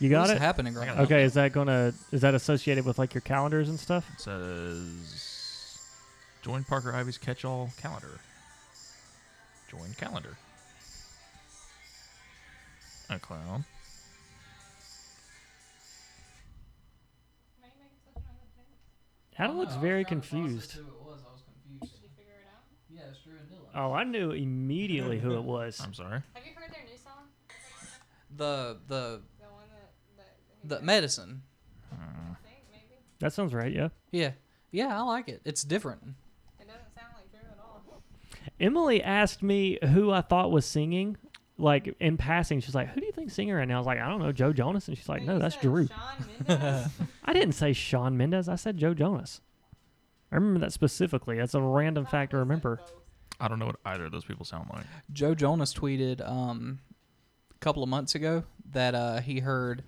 You got What's it. happening right I got now? it. Okay, is that gonna is that associated with like your calendars and stuff? It says join Parker Ivy's catch-all calendar. Join calendar. A clown. Adam looks very confused. Yeah, it's Drew and Dylan. Oh, I knew immediately who it was. I'm sorry. Have you heard their new song? The the The one that that he the did, medicine. I think maybe That sounds right. Yeah. Yeah, yeah, I like it. It's different. it doesn't sound like Drew at all. Emily asked me who I thought was singing, like in passing. She's like, "Who do you think singing right now?" I was like, "I don't know, Joe Jonas." And she's like, Wait, "No, you that's said Drew." Shawn Mendes? I didn't say Sean Mendez. I said Joe Jonas. I remember that specifically. That's a random fact to remember. I don't know what either of those people sound like. Joe Jonas tweeted um, a couple of months ago that uh, he heard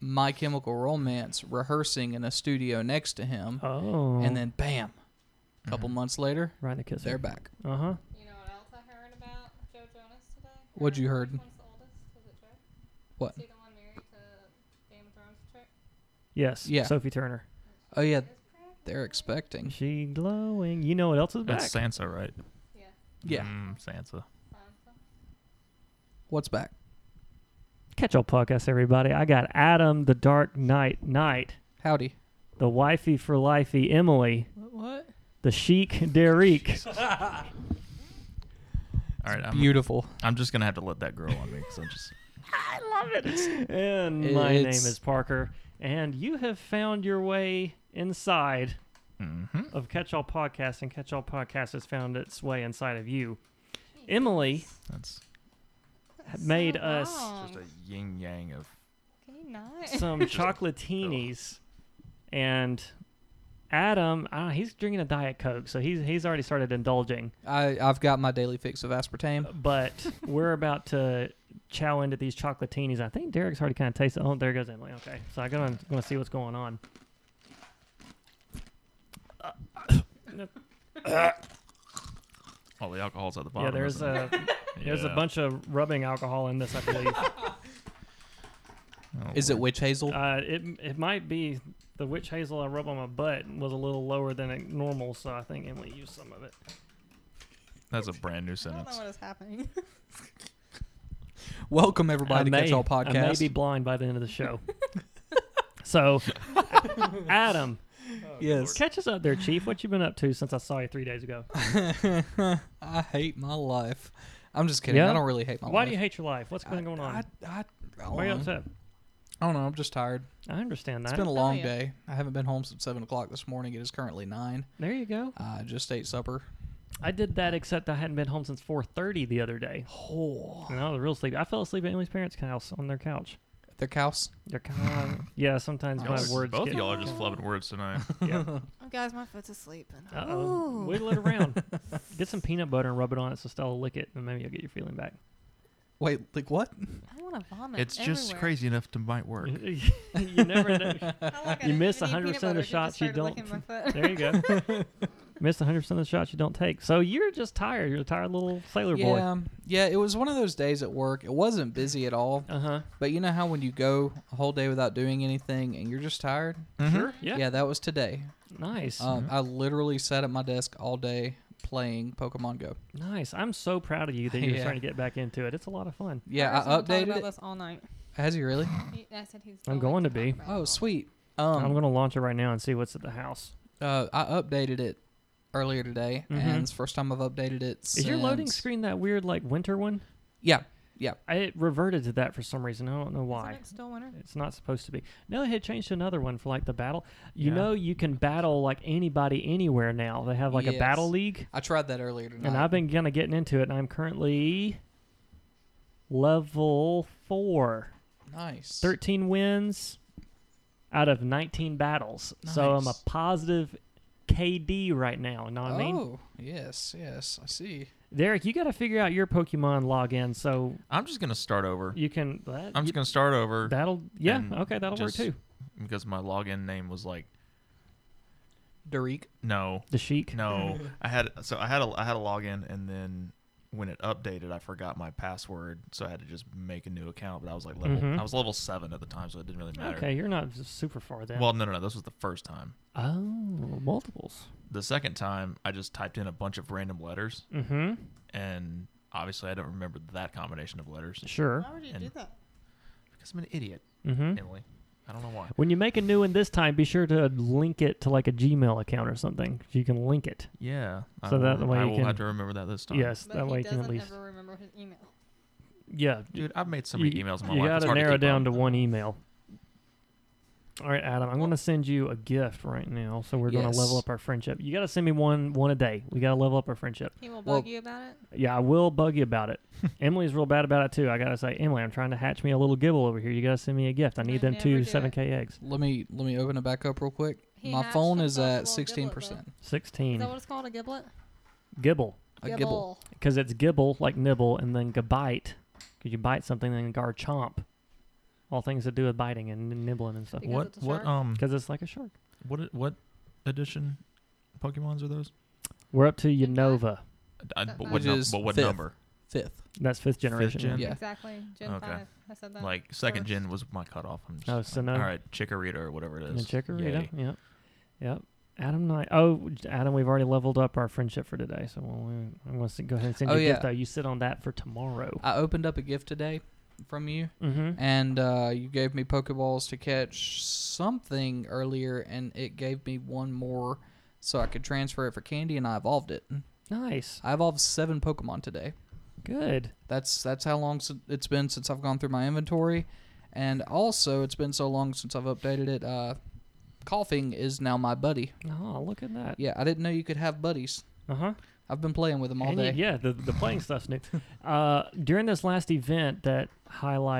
My Chemical Romance rehearsing in a studio next to him, Oh, and then bam, a Mm-hmm. couple months later, right in the kiss. they're back. Uh huh. You know what else I heard about Joe Jonas today? Or What'd you which heard? one's the oldest? Was it Joe? What? Is he the one married to Game of Thrones chick? Yes. Yeah. Sophie Turner. Oh yeah, they're expecting. She glowing. You know what else is back? That's Sansa, right? Yeah, Yeah, Mm-hmm. Mm, Sansa. Sansa. what's back? Catch all podcast, everybody. I got Adam, the Dark Knight, Knight, Howdy. the wifey for lifey, Emily, What? the chic, Derek. All right, I'm, Beautiful. I'm just gonna have to let that grow on me because I'm just and my name It's- is Parker, and you have found your way inside Mhm. of Catch All Podcast, and Catch All Podcast has found its way inside of you. Emily that's made us just a yin yang of Can you not? some chocolatinis, and Adam, I don't know, he's drinking a Diet Coke, so he's he's already started indulging. I I've got my daily fix of aspartame. But we're about to chow into these chocolatinis. I think Derek's already kind of tasted. Oh, there goes Emily. Okay, so I'm gonna gonna see what's going on. all the alcohols at the bottom. yeah, there's isn't it? a there's a Yeah. bunch of rubbing alcohol in this, I believe. Oh, Is it Lord. witch hazel? uh, it it might be the witch hazel I rub on my butt was a little lower than it normal, so I think Emily used some of it. That's a brand new I don't know sentence. what is happening. Welcome everybody I to Catch All Podcast. I may be blind by the end of the show. so, Adam, yes. catch us up there, Chief. What you been up to since I saw you three days ago? I hate my life. I'm just kidding. Yeah? I don't really hate my Why life. do you hate your life? What's been I- going on? I, I, I, Why are you don't know. upset? I don't know. I'm just tired. I understand It's that. been a long yeah. day. I haven't been home since seven o'clock this morning. It is currently nine. there you go. I just ate supper. I did that except I hadn't been home since 4:30 the other day, Oh, and I was real sleepy. I fell asleep at Emily's parents' house on their couch. their cows. They're kind of yeah. Sometimes Y'all my Y'all are- words both get of y'all are just flubbing words tonight. yeah. oh, guys, my foot's asleep. Uh oh. Wiggle it around. get some peanut butter and rub it on it so Stella will lick it, and maybe you'll get your feeling back. Wait, like what? I want to vomit. it's just crazy enough to might work. you never know. You miss 100% of the shots you don't- There There you go. Missed 100 percent of the shots you don't take. So you're just tired. You're a tired little sailor boy. Yeah, um, yeah. It was one of those days at work. It wasn't busy at all. Uh huh. But you know how when you go a whole day without doing anything and you're just tired. Mm-hmm. Sure. Yeah. mm-hmm. Yeah, that was today. Nice. Uh, Um, I literally sat at my desk all day playing Pokemon Go. nice. I'm so proud of you that you're Yeah. starting to get back into it. It's a lot of fun. Yeah, I updated about it. this all night. Has he really? He, I said he's. I'm going to be. Oh, sweet. I'm Um, gonna launch it right now and see what's at the house. uh, I updated it earlier today, Mhm. and it's the first time I've updated it. Is your loading since- screen that weird like winter one? Yeah, yeah. I it reverted to that for some reason. I don't know why. Still winter. It's not supposed to be. No, it had changed to another one for like the battle. You Yeah. know, you can battle like anybody anywhere now. They have like a battle Yes. league. I tried that earlier tonight. And I've been kind of getting into it, and I'm currently level four. nice. 13 wins out of 19 battles. So I'm a Nice. positive KD right now. You know what I mean? Oh, yes, yes. I see. Derek, you got to figure out your Pokemon login so I'm just gonna start over. you can. That, I'm you- just gonna start over that'll, yeah, and okay, that'll just- work too. because my login name was like Derek. no, The Sheik. no. I had so I had a I had a login and then when it updated, I forgot my password, so I had to just make a new account. But I was like level, Mhm. I was level seven at the time, so it didn't really matter. Okay, you're not s- super far then. Well, no, no, no. This was the first time. oh, multiples. The second time, I just typed in a bunch of random letters, Mm-hmm. and obviously, I don't remember that combination of letters Sure. Why would you And- do that? because I'm an idiot, Mm-hmm. Emily. I don't know why. When you make a new one this time, be sure to link it to like a Gmail account or something. You can link it. Yeah. I So will- that way I you will can- have to remember that this time. Yes, But that he way you can doesn't at least. ever remember his email. Yeah, Dude, I've made so many you- emails in my You life. got it's to hard narrow keep down up. to one email. All right, Adam, I'm going to send you a gift right now. So we're going to level Yes. up our friendship. You got to send me one one a day. We got to level up our friendship. He will bug Well- you about it. Yeah, I will bug you about it. Emily's real bad about it too. I got to say, Emily, I'm trying to hatch me a little gibble over here. You got to send me a gift. I need I them never two do it. 7K eggs. Let me let me open it back up real quick. He My hatched phone a is possible at giblet, sixteen percent. Is that 16. what it's called? A giblet? Gibble. A gibble. Because it's gibble, like nibble, and then gabite. Because you bite something, then gar chomp. All things to do with biting and n- nibbling and stuff. Because What? it's a What? shark? Um. Because it's like a shark. What? i- What edition? Pokemon's are those? We're up to Okay. Unova. I, That but might- what, Which num- is but what fifth. number? Fifth. That's fifth generation. gen? Yeah. Exactly. Gen Okay. 5. I said that. Like second first. gen was my cutoff. I'm just Oh, like, so no- all right, Chikorita or whatever it And is. then Chikorita. Yay. Yep. Yep. Adam Knight. Oh, j- Adam, we've already leveled up our friendship for today. So we'll, we- I'm going to go ahead and send Oh, you a gift, yeah. though. You sit on that for tomorrow. I opened up a gift today from you, Mm-hmm. and uh, you gave me Pokeballs to catch something earlier, and it gave me one more, so I could transfer it for candy, and I evolved it. Nice. I evolved seven Pokemon today. Good. That's that's how long s- it's been since I've gone through my inventory, and also it's been so long since I've updated it. Uh, coughing is now my buddy. Oh, look at that. Yeah, I didn't know you could have buddies. Uh huh. I've been playing with them all And you- day. yeah, the, the playing stuff's new. Uh, during this last event that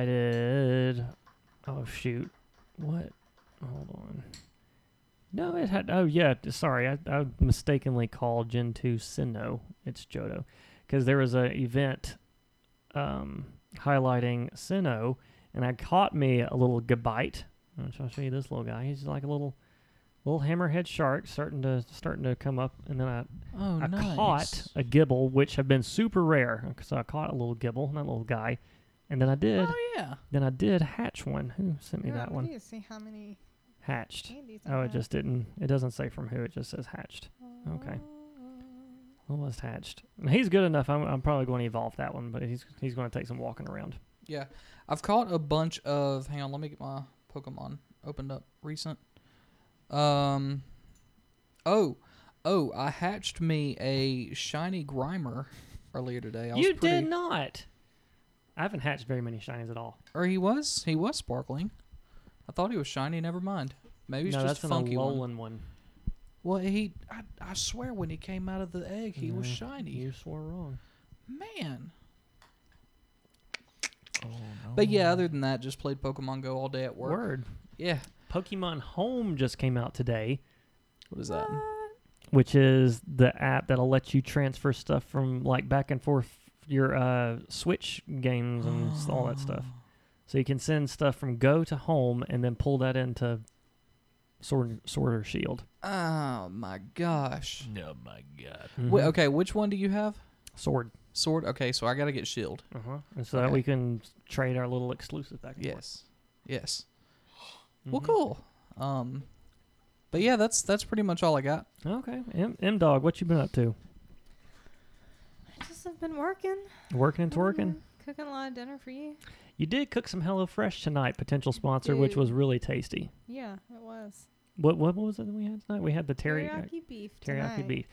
highlighted, oh shoot, what? Hold on. No, it had. Oh yeah, t- sorry, I, I mistakenly called Gen two Sinnoh. It's Johto, because there was a event um, highlighting Sinnoh, and I caught me a little gabite. I'll try to show you this little guy. He's like a little, little hammerhead shark, starting to starting to come up, and then I Oh, I nice. caught a gibble, which have been super rare. So I caught a little gibble, that little guy, and then I did, Oh yeah. then I did hatch one. Who sent me Yeah, that we one? need to see how many Hatched. candies I Oh, it have. just didn't. It doesn't say from who. It just says hatched. okay. Oh. Almost hatched. And he's good enough. I'm, I'm probably going to evolve that one, but he's he's going to take some walking around. Yeah, I've caught a bunch of. Hang on, let me get my Pokemon opened up. Recent. Um. Oh, oh! I hatched me a shiny Grimer earlier today. I was you pretty, did not. I haven't hatched very many shinies at all. Or he was. He was sparkling. I thought he was shiny. Never mind. Maybe it's no, just that's a an funky Alolan one. one. Well, he. I, I swear, when he came out of the egg, he was No, shiny. You swore wrong. Man. Oh, no. But yeah, other than that, just played Pokemon Go all day at work. Word. Yeah. Pokemon Home just came out today. What is that? which is the app that'll let you transfer stuff from like back and forth your uh, Switch games and s- all that stuff. So you can send stuff from Go to Home and then pull that into Sword, Sword or Shield. Oh my gosh. Oh my god. Wait, Mhm. okay, which one do you have? Sword. Sword. Okay, so I gotta get shield. Uh huh. And so that Uh-huh. Okay. we can s- trade our little exclusive back and forth. Yes, yes. Mhm. Well, cool. Um, but yeah, that's that's pretty much all I got. Okay. M, M Dog, what you been up to? I just have been working. Working and twerking. Mm-hmm. Cooking a lot of dinner for you. You did cook some HelloFresh tonight, potential sponsor, which was really tasty. Yeah, it was. What what was it that we had tonight? We had the teriyaki. teriyaki beef. teriyaki tonight. beef.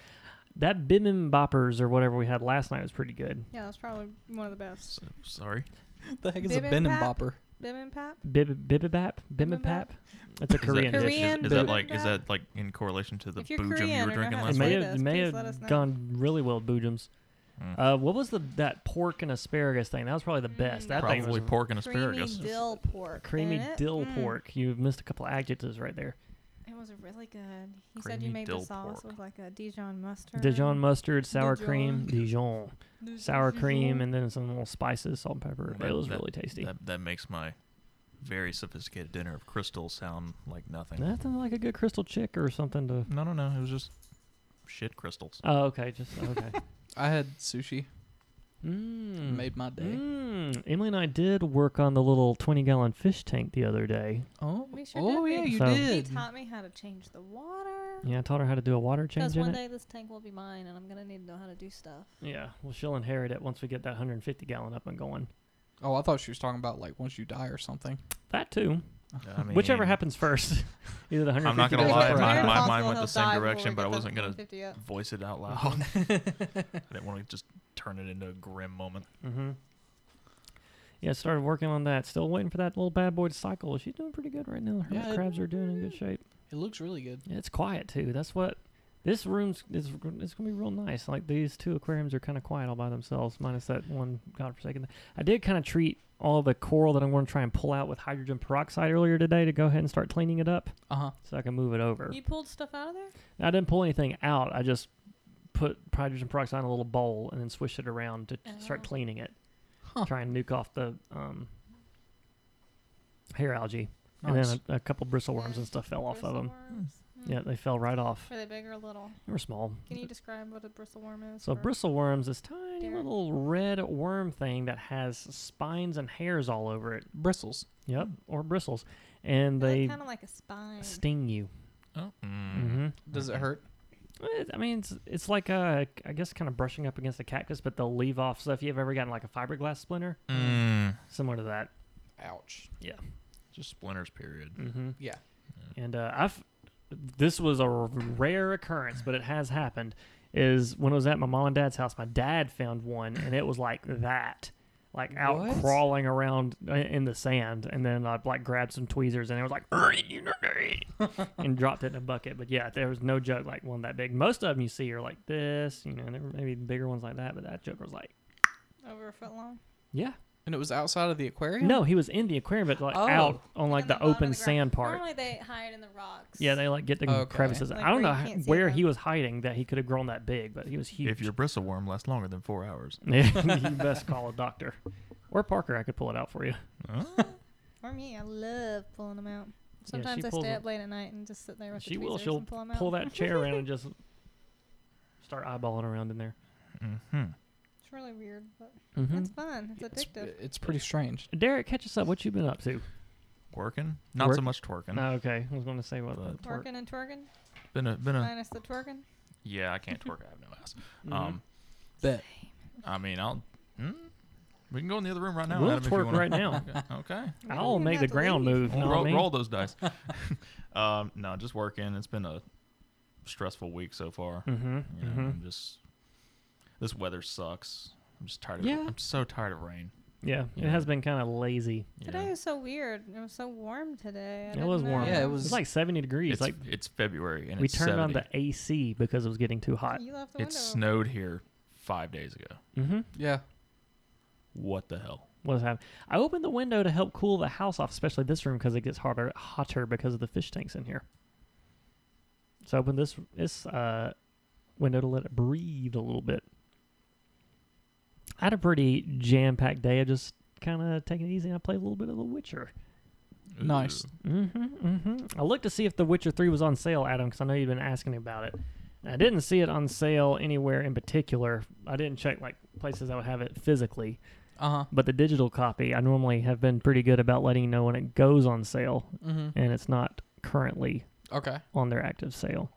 That bibimbapers or whatever we had last night was pretty good. Yeah, that's probably one of the best. So, sorry. The heck is a Bibimbap? Ben and Bopper? Bim and pap. Bib bibibap, bibimbap. Bibimbap. That's a Is that- Korean is- dish. Korean Is, that bibimbap. like is that like in correlation to the If you're boojum Korean you and were know drinking It how to last may Let night? have, us- it may please have let us know. gone really well, boojums. Mm. Uh, what was the that pork and asparagus thing? That was probably the best. Mm. That thing Probably was pork and Creamy asparagus. dill pork. creamy in it. dill Mm. pork. You missed a couple adjectives right there. It was really good. He said you Creamy made the dill sauce pork. with like a Dijon mustard. Dijon mustard, sour cream, Dijon, Dijon- sour cream, and then some little spices, salt, and pepper. That- it was that- really tasty. That, that makes my very sophisticated dinner of crystal sound like nothing. Nothing like a good crystal chick or something to. No, no, no. It was just shit crystals. Oh, okay, just okay. I had sushi. Mm. Made my day. Mm. Emily and I did work on the little 20 gallon fish tank the other day. Oh, We sure oh did. yeah, We- you So- He did. taught me how to change the water. Yeah, I taught her how to do a water Because change one in it. day this tank will be mine, and I'm gonna need to know how to do stuff. Yeah, well, she'll inherit it once we get that 150 gallon up and going. Oh, I thought she was talking about like once you die or something. That too. I mean, Whichever happens first. Either the 150 I'm not gonna gallon lie, or It's my- our- very my mind possible went the he'll same die before direction, we but get I that wasn't gonna- 150 up. Voice it out loud. I didn't want to just turn it into a grim moment. Mm-hmm. Yeah, started working on that. Still waiting for that little bad boy to cycle. She's doing pretty good right now. Her Yeah, it- crabs are doing in good shape. It looks really good. Yeah, it's quiet too. That's what this room's is. It's gonna be real nice. Like these two aquariums are kind of quiet all by themselves, minus that one godforsaken. I did kind of treat all the coral that I'm going to try and pull out with hydrogen peroxide earlier today to go ahead and start cleaning it up Uh huh. so I can move it over. You pulled stuff out of there? I didn't pull anything out. I just put hydrogen peroxide in a little bowl and then swish it around to t- start Oh. cleaning it. Huh. Try and nuke off the um, hair algae. Nice. And then a, a couple bristleworms Yeah. and stuff fell off of them. Bristleworms? Hmm. Yeah, they fell right off. Are they big or little? They were small. Can you describe what a bristleworm is? So for- bristleworms is tiny Derek? little red worm thing that has spines and hairs all over it. Bristles. Yep, or bristles, and They they look kind of like a spine. sting you. Oh. Mm-hmm. Does it hurt? It- I mean, it's, it's like a, I guess, kind of brushing up against a cactus, but they'll leave off. So if you've ever gotten like a fiberglass splinter, Mm. similar to that. Ouch. Just splinters, period. Mm-hmm. Yeah. And uh, I've, this was a r- rare occurrence, but it has happened. Is when I was at my mom and dad's house, my dad found one, and it was like that, like out What? crawling around i- in the sand. And then I like grabbed some tweezers, and it was like, and dropped it in a bucket. But yeah, there was no joke like one that big. Most of them you see are like this, you know, and there were maybe bigger ones like that. But that joke was like, Over a foot long. yeah, And it was outside of the aquarium. no, he was in the aquarium, but like Oh. out on like On the, bottom of open the ground. sand part. Normally they hide in the rocks. Yeah, they like get the Okay. crevices. Like I don't where know you how- can't see where them. he was hiding that he could have grown that big, but he was huge. If your bristle worm lasts longer than four hours, you best call a doctor or Parker. I could pull it out for you. For me, I love pulling them out. Sometimes I pulls stay them- up late at night and just sit there with She the will. tweezers She'll and pull them out. Pull that chair around and just start eyeballing around in there. mm-hmm. It's really weird, but Mm-hmm. it's fun. It's It's, addictive. it's pretty strange. Derek, catch us up. What you been up to? Working? Not so Work- much twerking. Oh, okay, I was going to say what. But- the twerk- Twerking and twerking, Been a been a minus the twerking. yeah. I can't twerk. I have no ass. Mm-hmm. Mhm. Um, Bet. I mean, I'll. Hmm? We can go in the other room right now. We'll Adam, if you twerk wanna- right now. Okay. We don't I'll even make have the to ground leave. move. know what I roll, mean? roll those dice. um, no, just working. It's been a stressful week so far. Mhm, You know, mhm. I'm just this weather sucks. I'm just tired. Yeah. of I'm so tired of rain. Yeah, it Yeah. has been kind of lazy. you Today know? was so weird. It was so warm today. I It didn't was warm. know. Yeah, it It's was- like seventy degrees. it's, like it's February and we it's turned on 70. the AC because it was getting too hot. You left the It window. open. snowed here five days ago. Mm-hmm. Yeah. What the hell? What's happening? I opened the window to help cool the house off, especially this room because it gets hotter, hotter because of the fish tanks in here. So I opened this this uh, window to let it breathe a little bit. I had a pretty jam packed day. I just kind of taking it easy. and I played a little bit of The Witcher. Nice. Ooh. Mm-hmm, mm-hmm. I looked to see if The Witcher 3 was on sale, Adam, because I know you've been asking about it. And I didn't see it on sale anywhere in particular. I didn't check like places that would have it physically. Uh huh. But the digital copy, I normally have been pretty good about letting you know when it goes on sale, Mm-hmm. and it's not currently Okay. on their active sale.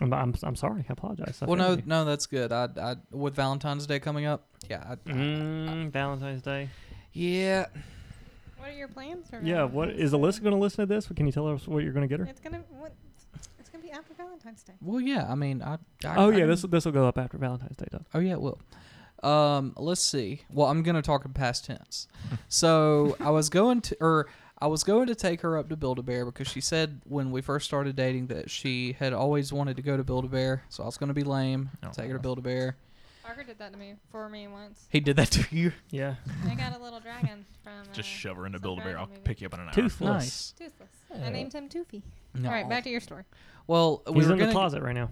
I'm, I'm, I'm sorry. I apologize. I Well, no, failed you. no, that's good. I, I, with Valentine's Day coming up, yeah, I, I- Mm, Valentine's Day. yeah. What are your plans? for Yeah. What Valentine's is Day? Alyssa going to listen to this? Can you tell us what you're going to get her? It's gonna what? It's gonna be after Valentine's Day. Well, yeah. I mean, I. I oh I yeah. can- This this will go up after Valentine's Day, though. Oh yeah, it will. Um, let's see. Well, I'm gonna talk in past tense. So I was going to, or I was going to take her up to Build a Bear because she said when we first started dating that she had always wanted to go to Build a Bear. So I was gonna be lame, Oh. take her to Build a Bear. Parker did that to me for me once. He did that to you. Yeah. I got a little dragon from. Uh, Just shove her into some Build a Bear. dragon I'll movie. pick you up in an hour. Toothless. Nice. Toothless. Yeah. I named him Toofy. No. All right, back to your story. Well, we He's were in gonna the closet right now.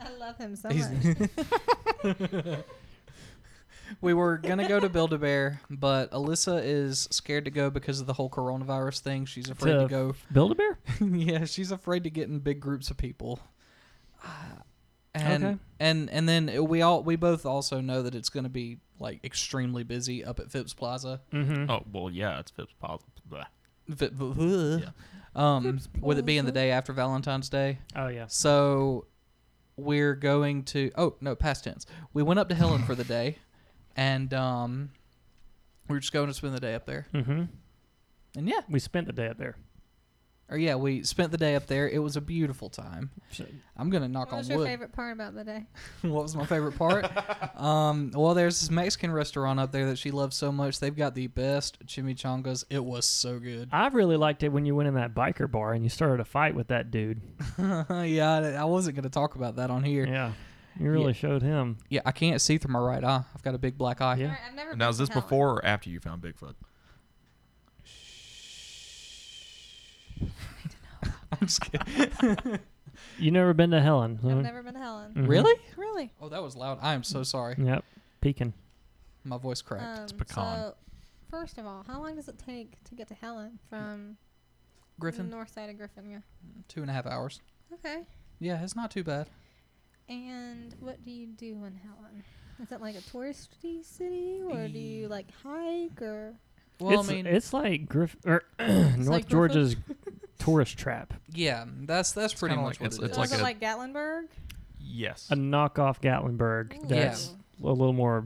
I love him so He's- much. we were gonna go to Build a Bear, but Alyssa is scared to go because of the whole coronavirus thing. She's afraid to To- go. Build a bear. yeah, she's afraid to get in big groups of people. Uh, and Okay. and and then we all we both also know that it's going to be like extremely busy up at Phipps Plaza. Mm-hmm. Oh well, yeah, it's Phipps Plaza. Blah. Fi- Um, with it being the day after Valentine's Day, Oh yeah. so we're going to. Oh no, past tense. We went up to Helen for the day, and um, we were just going to spend the day up there. Mm-hmm. And yeah, We spent the day up there. or yeah, we spent the day up there. It was a beautiful time. I'm gonna knock What was on your wood. favorite part about the day? what was my favorite part? um, well, there's this Mexican restaurant up there that she loves so much. They've got the best chimichangas. It was so good. I really liked it when you went in that biker bar and you started a fight with that dude. yeah, I, I wasn't gonna talk about that on here. Yeah. Yeah. You really Yeah. showed him. I can't see through my right eye. I've got a big black eye. Yeah. Alright, I've never Now been is to this Helen. before or after you found Bigfoot? I'm just kidding. You never been to Helen. huh? I've never been to Helen. Mhm. Really? Really? Oh, that was loud. I am so sorry. Yep. Peeking. My voice cracked. Um, pecan. So, first of all, how long does it take to get to Helen from the Griffin, north side of Griffin? Yeah. two and a half hours. Okay. Yeah, it's not too bad. And what do you do in Helen? Is it like a touristy city, or do you like hike, or Well, it's, I mean, it's like Griff or North like Griffin? Georgia's tourist trap. yeah, that's that's pretty kinda much like- what it's- it it's is. or like is it a- like Gatlinburg? Yes. A knockoff Gatlinburg. Ooh. That's a little more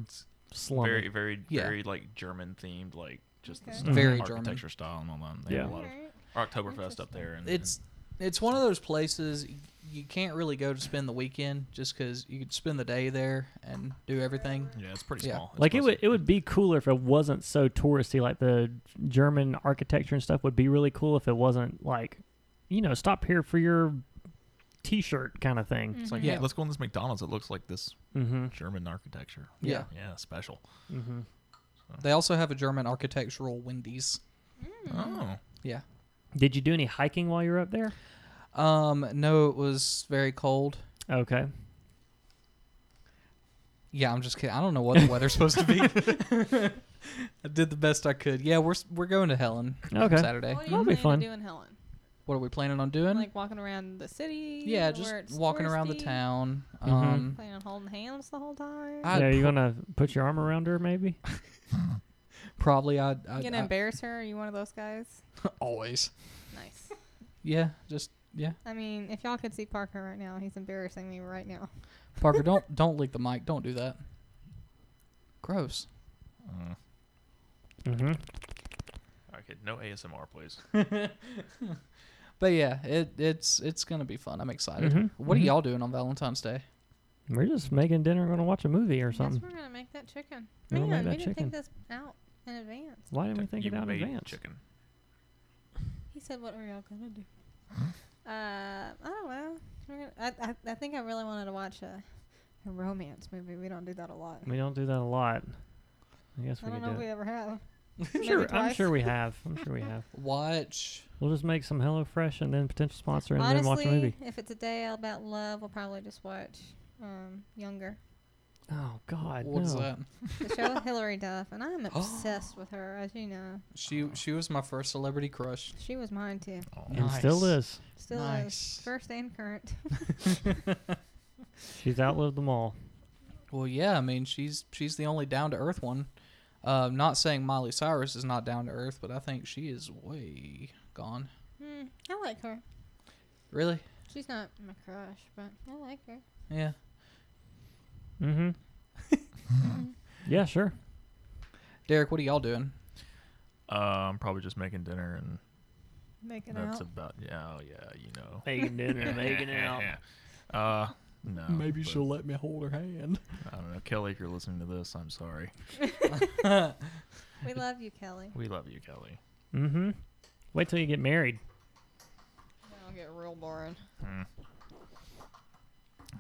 slummy. very, very, Yeah. very like German themed, like just Okay. the Mhm. Very German. architecture style and all that. They have Yeah. a lot Alright. of Oktoberfest up Interesting. there, and it's it's one of those places y- you can't really go to spend the weekend just because you could spend the day there and do everything. and- yeah, it's pretty Yeah. small. It's like it would mostly- it would be cooler if it wasn't so touristy. Like the German architecture and stuff would be really cool if it wasn't like, you know, stop here for your T-shirt kind of thing. Mm. It's like, Yeah. hey, let's go in this McDonald's. It looks like this Mm-hmm. German architecture. Yeah. Yeah, special. Mm-hmm. They also have a German architectural Wendy's. Hmm. Oh, Yeah. Did you do any hiking while you were up there? Um. No, it was very cold. Okay. Yeah, I'm just kidding. I don't know what the weather's supposed to be. I did the best I could. Yeah, we're s- we're going to Helen Okay. Saturday. Mm-hmm. What do That'll you be plan fun. to do in Helen? What are we planning on doing? Like walking around the city? yeah, where just it's walking around the touristy? town. Mhm. Mm-hmm. Um, Planning on holding hands the whole time. I'd yeah, you pro- gonna put your arm around her maybe? probably I'd, you I'd, gonna embarrass her? Are you one of those guys? I'd always. Nice. Yeah, just yeah. I mean, if y'all could see Parker right now, he's embarrassing me right now. Parker, don't don't lick the mic. Don't do that. Gross. Uh, Mm-hmm. okay, no ASMR, please. But yeah, it it's it's gonna be fun. I'm excited. Mhm, Mm-hmm. What mhm. are y'all doing on Valentine's Day? We're just making dinner. We're gonna watch a movie or Guess something. we're gonna make that chicken. We're Man, gonna make we that didn't think this out in advance. Why didn't we think you it out in made advance? Chicken. He said, "What were y'all gonna do?" uh, I don't know. We're gonna, I, I I think I really wanted to watch a, a romance movie. We don't do that a lot. We don't do that a lot. I guess I we don't could know if do. we It. ever have. I'm Maybe sure, I'm twice. sure we have. I'm sure we have. Watch. We'll just make some HelloFresh and then potential sponsor and then watch a Honestly, movie. if it's a day all about love, we'll probably just watch um, Younger, Oh God, no. What's that? the show with Hillary Duff, and I'm obsessed with her, as you know. She she was my first celebrity crush. She was mine too, Oh, And still Nice. is. still Nice. is, first and current. She's outlived them all. Well, yeah. I mean, she's she's the only down to earth one. Uh, not saying Miley Cyrus is not down to earth, but I think she is way gone. Hmm, I like her. Really? She's not my crush, but I like her. Yeah. Mm-hmm. yeah, sure. Derek, what are y'all doing? Uh, I'm probably just making dinner, and Making that's out. about yeah, oh, yeah, you know. Making dinner, Uh, no. but let me hold her hand. I don't know, Kelly. If you're listening to this, I'm sorry. we love you, Kelly. We love you, Kelly. Mm-hmm. Wait till you get married. I'll get real boring. Mm.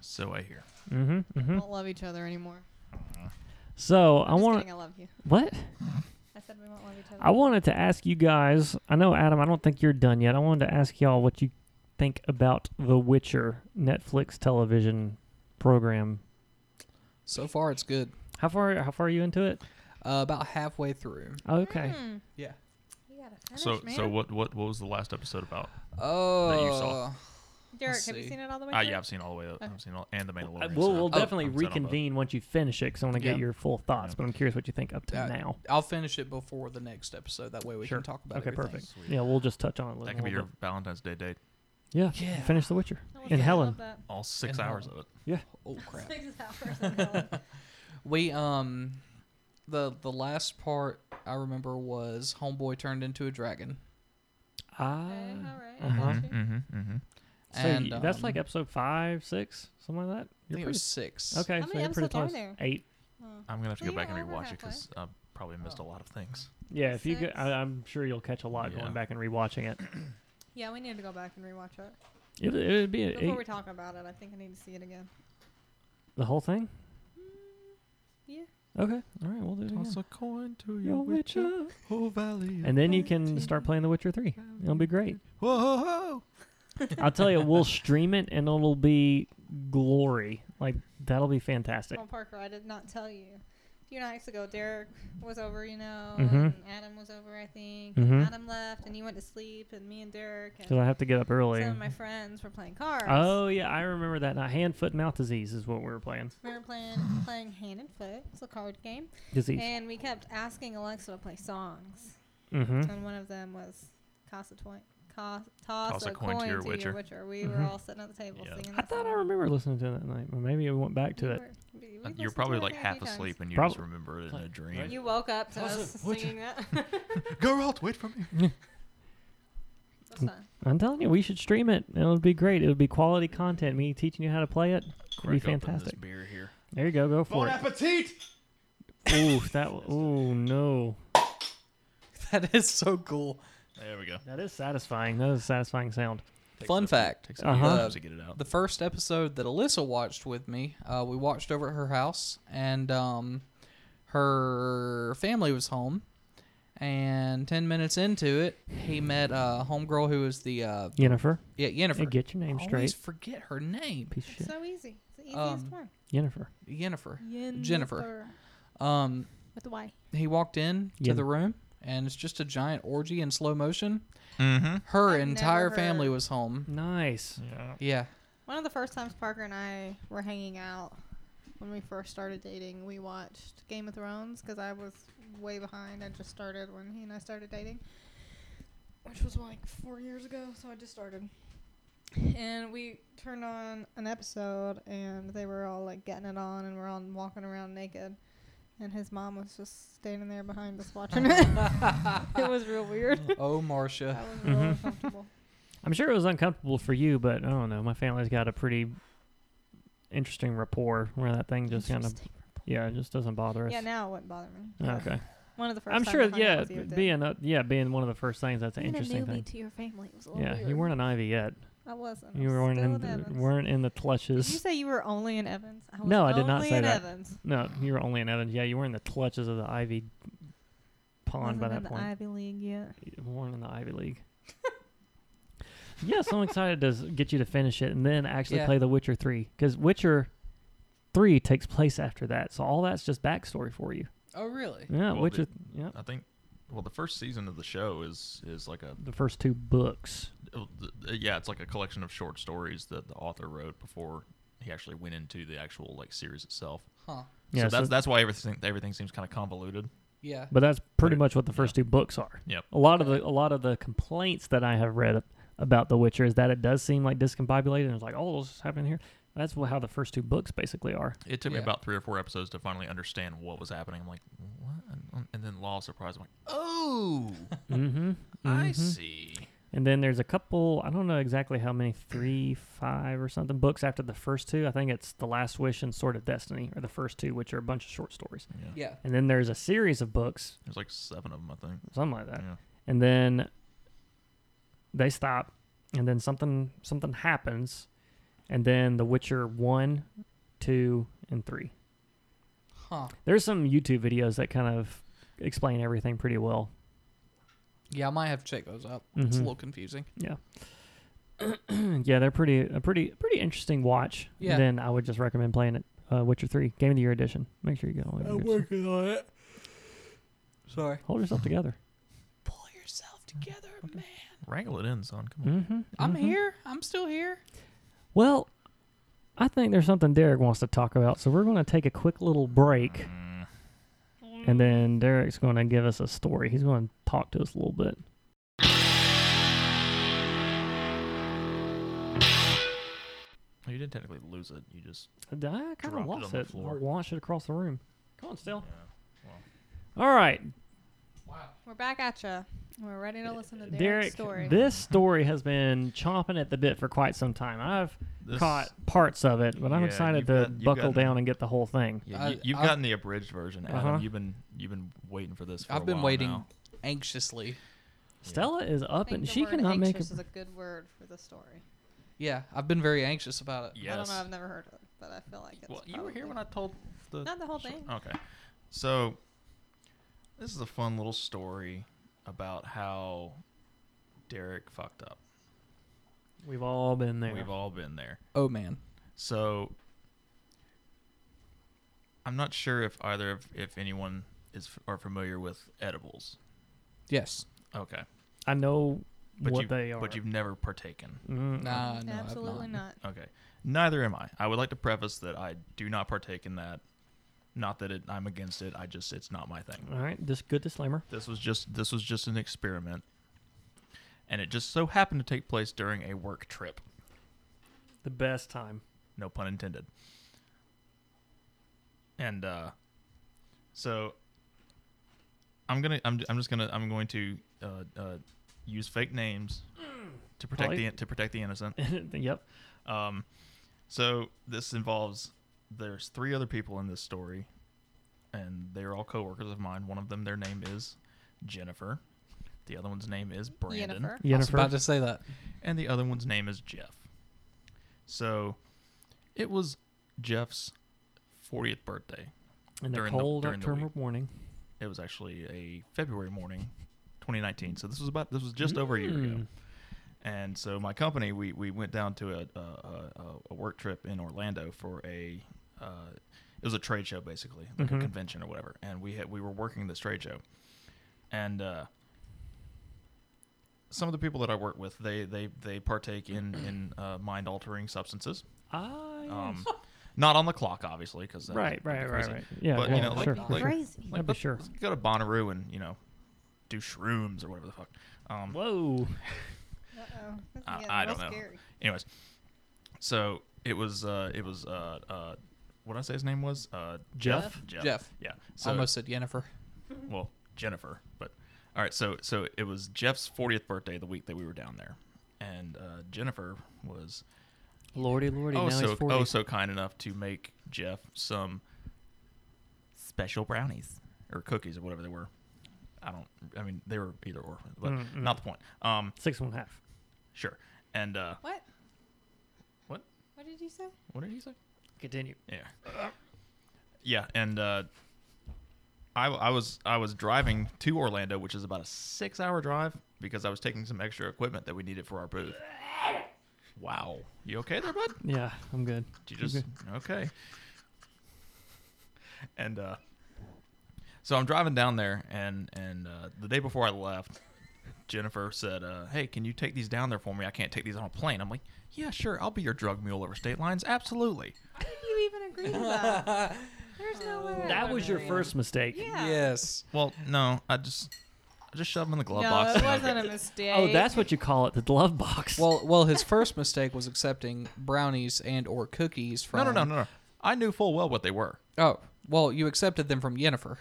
So I hear. Mm-hmm. We Mm-hmm. won't love each other anymore. So I Just want kidding, I love you. what? I said we won't love each other. I wanted to ask you guys. I know Adam. I don't think you're done yet. I wanted to ask y'all what you think about The Witcher Netflix television program. So far, it's good. How far? How far are you into it? Uh, about halfway through. Oh, okay. Hmm, Yeah. you gotta finish, so man. so what what what was the last episode about? Oh. you saw. Derek, have you see. seen it all the way? Ah, through? yeah, I've seen all the way. Up. Okay. I've seen all and the Mandalorian. Uh, We'll, so we'll I'm- definitely Oh, I'm set on both. reconvene once you finish it because I want to get Yeah. your full thoughts. Yeah. But I'm curious what you think up to Uh, now. I'll finish it before the next episode. That way we Sure. can talk about Okay, everything. perfect. Yeah, we'll just touch on it. a little That could be bit. your Valentine's Day date. yeah. Yeah. Finish The Witcher Oh, and I Helen. love that. All six And hours how- of it. Oh crap. Six hours in Helen. We um the the last part I remember was Homeboy turned into a dragon. Ah, Okay, all right, I Uh-huh. got Mm-hmm, you. mm-hmm, mm-hmm. so and y- that's like um, episode five, six, something like that. I You're think it pretty, was six. okay, How so many you're pretty episodes are close. there? Eight. Oh. I'm gonna have to So go you back and were over rewatch it halfway. because I probably missed a lot of things. Yeah, if you, go, Six. I, I'm sure you'll catch a lot Yeah. going back and rewatching it. Yeah, we need to go back and rewatch it. It would be an Before we eight, talk about it, I think I need to see it again. the whole thing. Mm. yeah. Okay. All right, we'll do it again. a coin to Your Witcher. oh valley. And then you can start playing The Witcher 3. It'll be great. Whoa! I'll tell you, we'll stream it and it'll be glory. Like, that'll be fantastic. Well, Parker, I did not tell you. A few nights ago, Derek was over, you know, Mhm. and Adam was over, I think. Mhm. And Adam left, and you went to sleep, and me and Derek Because and I have to get up early. some of my friends were playing cards. Oh, yeah, I remember that. Now, hand, foot, mouth disease is what we were playing. We were playing playing hand and foot. It's a card game, Disease. and we kept asking Alexa to play songs, Mm-hmm. and one of them was "Toss a Coin." Toss, toss Toss a, coin, to, your, witcher. We were Mhm. all sitting at the table Yeah. singing. I that thought I song. remember listening to it that night, but maybe I went back to You it. were- we- we listened Uh, You're to probably it like a few half times. asleep and you Prob- just remember it in a dream. You woke up to Toss us a witcher. singing that. That's Geralt, wait for me. Mm, fun. I'm telling you, we should stream it. and It'll be great. It'll be quality content. Me teaching you how to play it. It'll be Crack open this fantastic. beer here. There you go. Go for it. appetit! Ooh, that. Oh no. That is so cool. There we go. That is satisfying. That is a satisfying sound. Takes Fun a- fact. Takes a few Uh-huh. times to get it out. The first episode that Alyssa watched with me, uh, we watched over at her house, and um, her family was home. And ten minutes into it, he met a uh, homegirl who was the uh, Yennefer, yeah hey, Yennefer. get your name I straight. always forget her name. Piece of It's shit. so easy. It's the easiest Um, one. Yennefer. Yennefer. Jennifer. Um, With the Y. he walked in to Yen- the room, and it's just a giant orgy in slow motion. Mm-hmm. Her I've entire never family heard- was home. Nice. Yeah. Yeah. One of the first times Parker and I were hanging out when we first started dating, we watched Game of Thrones because I was way behind. I just started when he and I started dating, which was like four years ago, so I just started. And we turned on an episode, and they were all like getting it on, and we're all walking around naked. And his mom was just standing there behind us watching it. it was real weird. Oh, Marcia. That was real Mm-hmm. uncomfortable. I'm sure it was uncomfortable for you, but I don't know. My family's got a pretty interesting rapport where that thing just kind of Interesting. yeah, it just doesn't bother us. Yeah, now it wouldn't bother me. okay. One of the first. I'm times sure. I hung out Yeah, with you, it did. being a, yeah being one of the first things that's an Being interesting a newbie thing. to your family was a little Yeah, weird. you weren't an Ivy yet. I wasn't. I You was weren't still in in the, Evans. weren't in the Did clutches. you say you were only in Evans? I was No, I did not only say in that. Evans. No, you were only in Evans. Yeah, you were in the clutches of the Ivy pond Wasn't by in that the point. Ivy League yet. You weren't in the Ivy League. yes, I'm excited to s- get you to finish it and then actually Yeah. play The Witcher 3 because Witcher 3 takes place after that. So all that's just backstory for you. Oh, really? Yeah, Well, Witcher. yeah, I think. Well, the first season of the show is is like a the first two books. uh, yeah, it's like a collection of short stories that the author wrote before he actually went into the actual like series itself. Huh. Yeah, so that's so- that's why everything everything seems kind of convoluted. Yeah. But that's pretty it- much what the first two books are. Yep. A lot of the a lot of the complaints that I have read about The Witcher is that it does seem like discombobulated and it's like, oh, what's happening here? That's wh- how the first two books basically are. It took Yeah. me about three or four episodes to finally understand what was happening. I'm like, what? And- um, And then Law of Surprise. I'm like, oh, mm-hmm. I see. And then there's a couple, I don't know exactly how many, three, five or something books after the first two. I think it's The Last Wish and Sword of Destiny are the first two, which are a bunch of short stories. Yeah. Yeah. And then there's a series of books, There's like seven of them, I think. something like that. Yeah. and then they stop and then something something happens and then the witcher 1 2 and 3 Huh. there's some youtube videos that kind of explain everything pretty well Yeah, I might have to check those out. It's a Mhm. little confusing. yeah they're pretty a pretty pretty interesting watch Yeah. and then i would just recommend playing it uh, witcher 3 game of the year edition make sure you get all the way to the good stuff. working on it. Sorry. hold yourself together Pull yourself together, man. Wrangle it in, son. Mm. Come on. Mm-hmm. I'm here. I'm still here. Well, I think there's something Derek wants to talk about, so we're going to take a quick little break, Mm. and then Derek's going to give us a story. He's going to talk to us a little bit. You didn't technically lose it. You just. I kind Dropped it of on lost the it. floor. launched it across the room. Come on, still. Yeah. All right, We're back at ya. We're ready to listen to Derek's Derek. story. This story has been chomping at the bit for quite some time. I've This, caught parts of it, but I'm Yeah, excited you've to got- you've buckle gotten- down and get the whole thing. Yeah, I- you, you've I've- gotten the abridged version, Adam. Uh-huh. You've been you've been waiting for this. For I've a been while waiting now. anxiously. Stella is I up think and the she word cannot make anxious it. is a good word for the story. Yeah, I've been very anxious about it. I don't Yes. know. I've never heard of it, but I feel like it's. Well, you were here probably- when I told the. Not the whole sh- thing. Okay. So, this is a fun little story about how Derek fucked up. We've all been there. We've all been there. Oh man. So, I'm not sure if either of if anyone is f- are familiar with edibles. Yes. Okay. I know But what you, they are. But you've never partaken. Mm, Nah. No, I've Absolutely not. not. Okay. Neither am I. I would like to preface that I do not partake in that. Not that it, I'm against it. I just it's not my thing. All right, just good disclaimer. This was just this was just an experiment, and it just so happened to take place during a work trip. The best time. No pun intended. And uh, so I'm gonna I'm, I'm just gonna I'm going to uh, uh, use fake names to protect Ollie? the to protect the innocent. yep. Um, so this involves there's three other people in this story, and they're all coworkers of mine. One of them, their name is Jennifer. The other one's name is Brandon, Jennifer. I was Jennifer. about to say that. and the other one's name is Jeff. So it was Jeff's 40th birthday. in the during the- cold during the October week. morning. It was actually a February morning, 2019. So this was about this was just over a year ago. Mm. And so my company, we, we went down to a, a, a, a work trip in Orlando for a, uh, it was a trade show basically, like Mhm. a convention or whatever. And we had, we were working this trade show, and uh, some of the people that I work with, they they they partake in in uh, mind altering substances. Ah, yes. Um, not on the clock, obviously, because right, right, right, right. Yeah, But, yeah, you know, like- sure. like- sure. Crazy. I'd be sure. Go to Bonnaroo and you know, do shrooms or whatever the fuck. Um, Whoa. Uh-oh. This is I- getting I real don't know. Scary. Anyways, so it was uh it was uh uh what did I say his name was uh Jeff? Jeff. Jeff. Yeah. So Almost said Jennifer. well Jennifer, but all right. So so it was Jeff's 40th birthday the week that we were down there, and uh, Jennifer was Lordy, lordy. oh now so he's 40. oh so kind enough to make Jeff some special brownies or cookies or whatever they were. I don't. I mean, they were either or, but Mm, mm. not the point. Um, Six and one half. sure. And uh, What? What? What did you say? what did he say? Continue. Yeah. Yeah, and uh, I, I was I was driving to Orlando, which is about a six hour drive, because I was taking some extra equipment that we needed for our booth. Wow, you okay there, bud? Yeah, I'm good. Did you just okay? And uh, so I'm driving down there, and and uh, the day before I left, Jennifer said, uh, "Hey, can you take these down there for me? I can't take these on a plane." I'm like, "Yeah, sure. I'll be your drug mule over state lines. Absolutely." How did you even agree to that? There's no way. I That would was your agree. first mistake. Yeah. Yes. Well, no, I just I just shoved them in the glove No, box. it and I- wasn't a mistake. Oh, that's what you call it, the glove box. Well, well, his first mistake was accepting brownies and or cookies from. no, no, no, no, no. I knew full well what they were. Oh, well, you accepted them from Jennifer.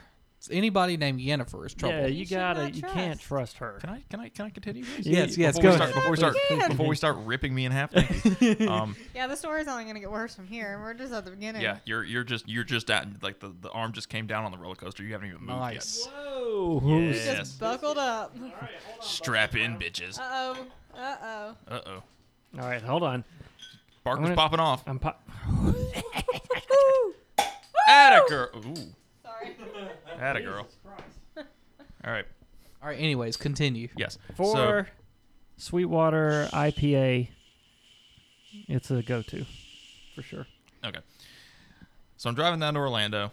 Anybody named Jennifer is trouble. yeah, You you should gotta, not you can't trust trust. her. Can I can I can I continue? Please? Yeah, Yes, yes, Before go we ahead. start, before we start Please. before we start ripping me in half. Thank you. Um, Yeah, the story's only gonna get worse from here. We're just at the beginning. yeah, you're you're just you're just at like the, the arm just came down on the roller coaster. You haven't even moved Nice. Whoa. Yeah. Just Yes. buckled up. yet. Strap in, bitches. Uh oh. Uh oh. Uh oh, All right, hold on. Barker's gonna- popping off. I'm pop. At a girl. Ooh, Sorry. at a girl. All right. All right. Anyways, continue. Yes. For Sweetwater IPA, it's a go-to for sure. So, okay. So I'm driving down to Orlando,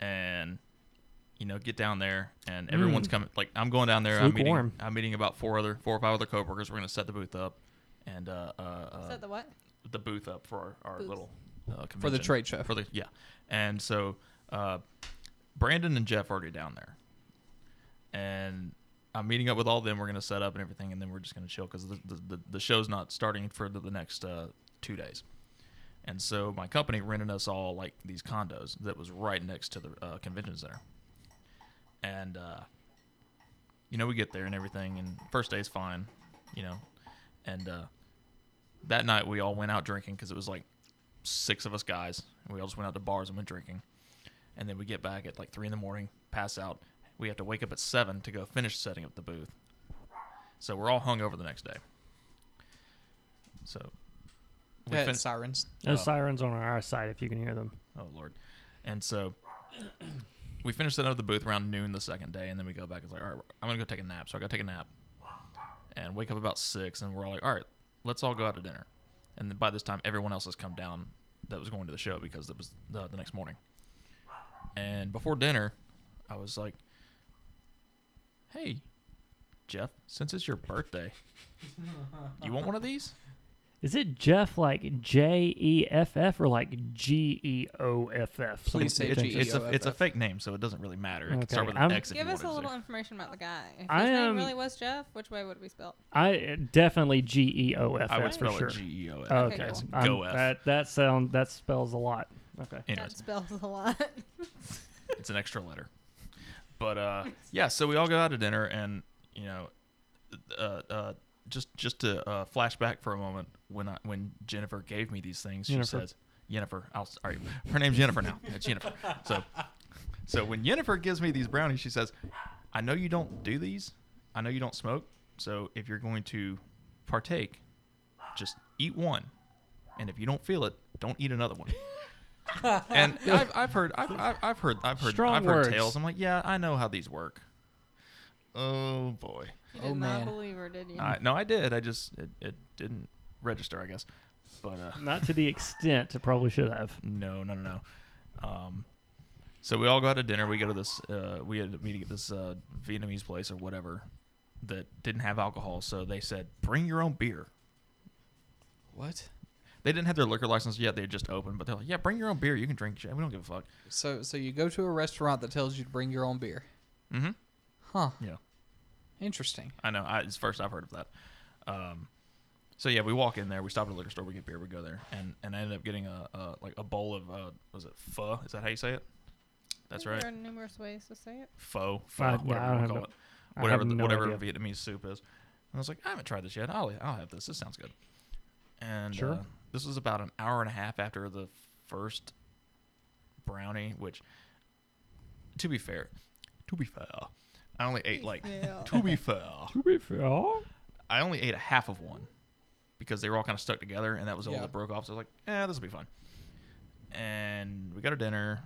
and you You know, get down there, and everyone's Mm. coming. Like I'm going down there. It's I'm meeting. lukewarm. I'm meeting about four other, four or five other coworkers. We're gonna set the booth up, and uh, uh, uh Set the what? the booth up for our, our Booth. little uh, convention. for the trade show. for the yeah. And so uh, Brandon and Jeff are already down there, and I'm meeting up with all of them. We're gonna set up and everything, and then we're just gonna chill because the, the, the the show's not starting for the, the next uh, two days. And so my company rented us all like these condos that was right next to the uh, convention center, and uh, you know we get there and everything, and first day's fine, you know, and uh, that night we all went out drinking because it was like six of us guys. And we all just went out to bars and went drinking. And then we get back at like three in the morning, pass out. We have to wake up at seven to go finish setting up the booth. So we're all hung over the next day. So we Yeah, fin- sirens. There's Oh. sirens on our side if you can hear them. Oh lord. And so we finished setting up the booth around noon the second day, and then we go back. It's like, all right, I'm gonna go take a nap. So I go take a nap, and wake up about six, and we're all like, all right, let's all go out to dinner. And then by this time, everyone else has come down that was going to the show because it was the, the next morning. And before dinner, I was like, hey, Jeff, since it's your birthday, you want one of these? Is it Jeff like J E F F or like G E O F F? Please say It's, Something- G E it's a it's a GEOFF. fake name, so it doesn't really matter. It can Okay, start with an I'm- X if Give you us a wanted to. little information about the guy. If his I am- name really was Jeff, which way would we spell? it? I definitely G E O F I would F for spell sure. it G E O F. Okay, Okay, It's I'm- Go F. That that sound that spells a lot. Okay. Anyways, That spells a lot. Oh, it's an extra letter. But uh, yeah, so we all go out to dinner, and you know, uh, uh, just just to uh, flash back for a moment, when I, when Jennifer gave me these things, Jennifer. she says, "Jennifer, I'll, all right, her name's Jennifer now. It's Jennifer." So, so when Jennifer gives me these brownies, she says, "I know you don't do these. I know you don't smoke. So if you're going to partake, just eat one, and if you don't feel it, don't eat another one." and I've, I've heard, I've, I've- I've heard, I've heard, Strong I've words. heard tales. I'm like, yeah, I know how these work. Oh boy. You Oh, did not man. believe her, did you? I, no, I did. I just it, it didn't register, I guess. But uh, Not to the extent it probably should have. no, no, no, no. Um, so we all go out to dinner. We go to this. Uh, we had a meeting at this uh, Vietnamese place or whatever that didn't have alcohol. So they said, bring your own beer. What? They didn't have their liquor license yet. They had just opened, but they're like, yeah, bring your own beer. You can drink shit. We don't give a fuck. So so you go to a restaurant that tells you to bring your own beer. Mm-hmm. Huh. Yeah. Interesting. I know. I, it's the first I've heard of that. Um, so yeah, we walk in there. We stop at a liquor store. We get beer. We go there, and and I ended up getting a, a like a bowl of uh, was it pho? Is that how you say it? That's There right. are numerous ways to say it. Pho, pho, Uh, yeah, whatever I you want to don't have call no- it, I whatever have the, no whatever idea. Vietnamese soup is. And I was like, I haven't tried this yet. I'll I'll have this. This sounds good. And Sure. uh, this was about an hour and a half after the first brownie, which, to be fair, to be fair, I only ate like Yeah. to be fair. To be fair, oh, I only ate a half of one because they were all kind of stuck together, and that was all Yeah. that broke off. So I was like, "Yeah, this will be fun." And we got our dinner.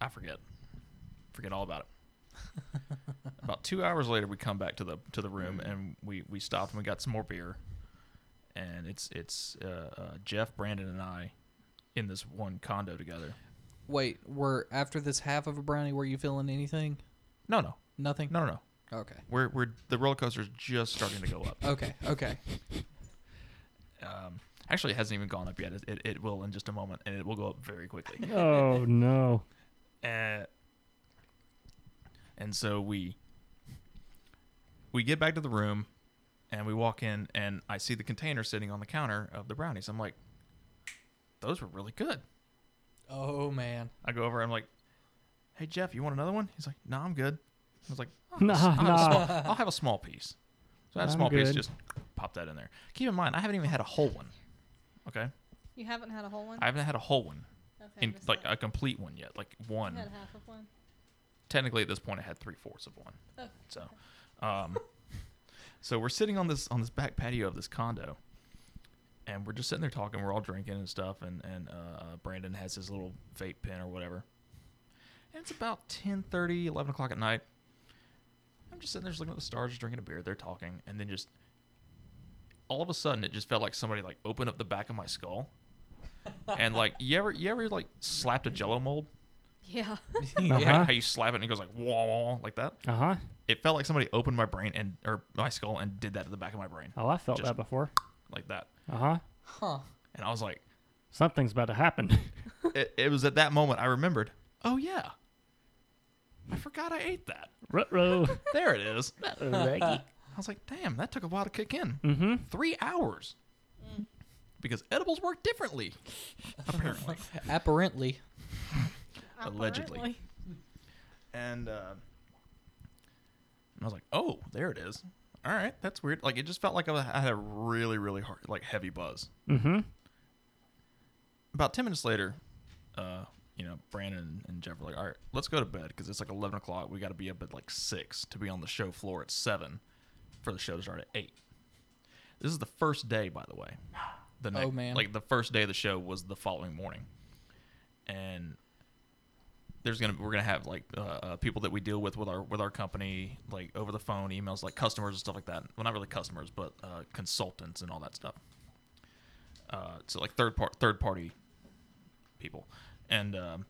I forget, forget all about it. about two hours later, we come back to the to the room, and we we stopped and we got some more beer. And it's it's uh, uh, Jeff, Brandon, and I in this one condo together. Wait, were after this half of a brownie were you feeling anything? No, no, Nothing? no, no, no. Okay. We're we're the roller coaster's just starting to go up. Okay. Okay. Um, actually, it hasn't even gone up yet. It, it, it will in just a moment, and it will go up very quickly. Oh no. Uh, and so we we get back to the room, and we walk in, and I see the container sitting on the counter of the brownies. I'm like, those were really good. Oh man. I go over. I'm like, hey Jeff, you want another one? He's like, no, I'm good. I was like, "I'll have a Nah, s- I'll, have a nah. small, I'll have a small piece. So I had a I'm small piece. good. Just pop that in there. Keep in mind, I haven't even had a whole one. Okay, You haven't had a whole one. I haven't had a whole one, okay, in, just like thought- a complete one yet. Like You one. had half of one. technically at this point I had three fourths of one. Okay. So, um, so we're sitting on this on this back patio of this condo, and we're just sitting there talking. We're all drinking and stuff, and and uh, Brandon has his little vape pen or whatever. And it's about 10, 11 o'clock at night. I'm just sitting there just looking at the stars, just drinking a beer. They're talking, and then just all of a sudden, it just felt like somebody like opened up the back of my skull, and like you ever you ever like slapped a Jello mold Yeah. Uh-huh. How you slap it and it goes like wah, wah, wah, like that. Uh huh. It felt like somebody opened my brain and or my skull and did that to the back of my brain Oh, I felt Just- that before. like that. Uh huh. Huh. And I was like, Something's about to happen. it, it was at that moment I remembered. Oh yeah, I forgot I ate that. Ruh-roh. There it is. Reggie. I was like, damn, that took a while to kick in. Mm-hmm. Three hours. Because edibles work differently, apparently. Apparently. Allegedly. Apparently. and uh, and I was like, "Oh, there it is. All right, that's weird." Like it just felt like I had a really, really hard, like heavy buzz. Mm-hmm. About ten minutes later, uh, you know, Brandon and Jeff were like, "All right, let's go to bed because it's like eleven o'clock. We got to be up at like six to be on the show floor at seven for the show to start at eight. This is the first day, by the way. The Oh, man. like the first day of the show was the following morning, and there's gonna we're gonna have like uh, uh, people that we deal with with our with our company like over the phone emails like customers and stuff like that well not really customers but uh, consultants and all that stuff uh, so like third part third party people and um,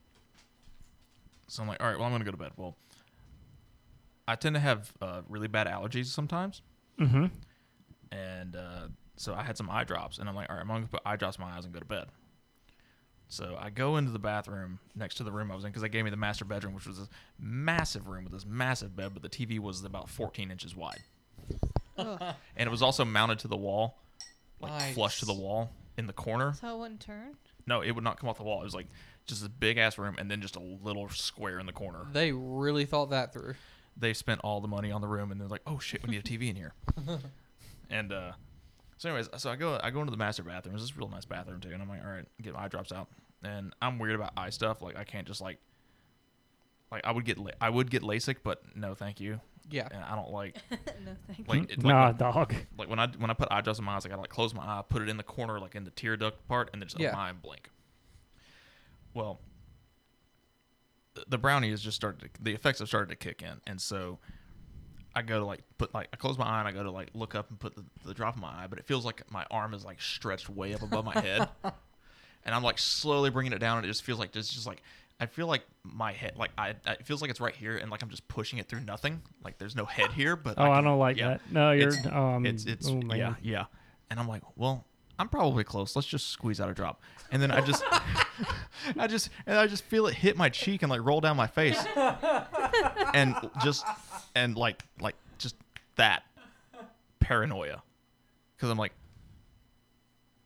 so I'm like all right well I'm gonna go to bed well I tend to have uh, really bad allergies sometimes Mm-hmm. and uh, so I had some eye drops, and I'm like, all right, I'm gonna put eye drops in my eyes and go to bed. So I go into the bathroom next to the room I was in because they gave me the master bedroom, which was this massive room with this massive bed, but the TV was about 14 inches wide, Ugh. and it was also mounted to the wall, like flush to the Nice. wall in the corner. So it wouldn't turn. No, it would not come off the wall. It was like just this big ass room, and then just a little square in the corner. They really thought that through. they spent all the money on the room and they're like, oh shit, we need a TV in here. and uh, so, anyways, so I go I go into the master bathroom. It's this real nice bathroom too, and I'm like, all right, get my eye drops out. And I'm weird about eye stuff. Like I can't just like like I would get la- I would get LASIK, but no, thank you. Yeah. And I don't like no, thank like, it, like nah, dog. like when I when I put eye drops in my eyes, I gotta like close my eye, put it in the corner, like in the tear duct part, and then just Yeah. open my eye and blink. Well, th- the brownie has just started. To, the effects have started to kick in, and so I go to like put like I close my eye and I go to like look up and put the, the drop in my eye, but it feels like my arm is like stretched way up above my head, and I'm like slowly bringing it down, and it just feels like it's just like. I feel like my head, like I, I- it feels like it's right here, and like I'm just pushing it through nothing. Like there's no head here, but Oh, I, can- don't like yeah. that. No, you're. It's- um, It's it's oh, man. yeah yeah, and I'm like, well, I'm probably close. Let's just squeeze out a drop, and then I just, I just, and I just feel it hit my cheek and like roll down my face, and just, and like like just that paranoia, because I'm like,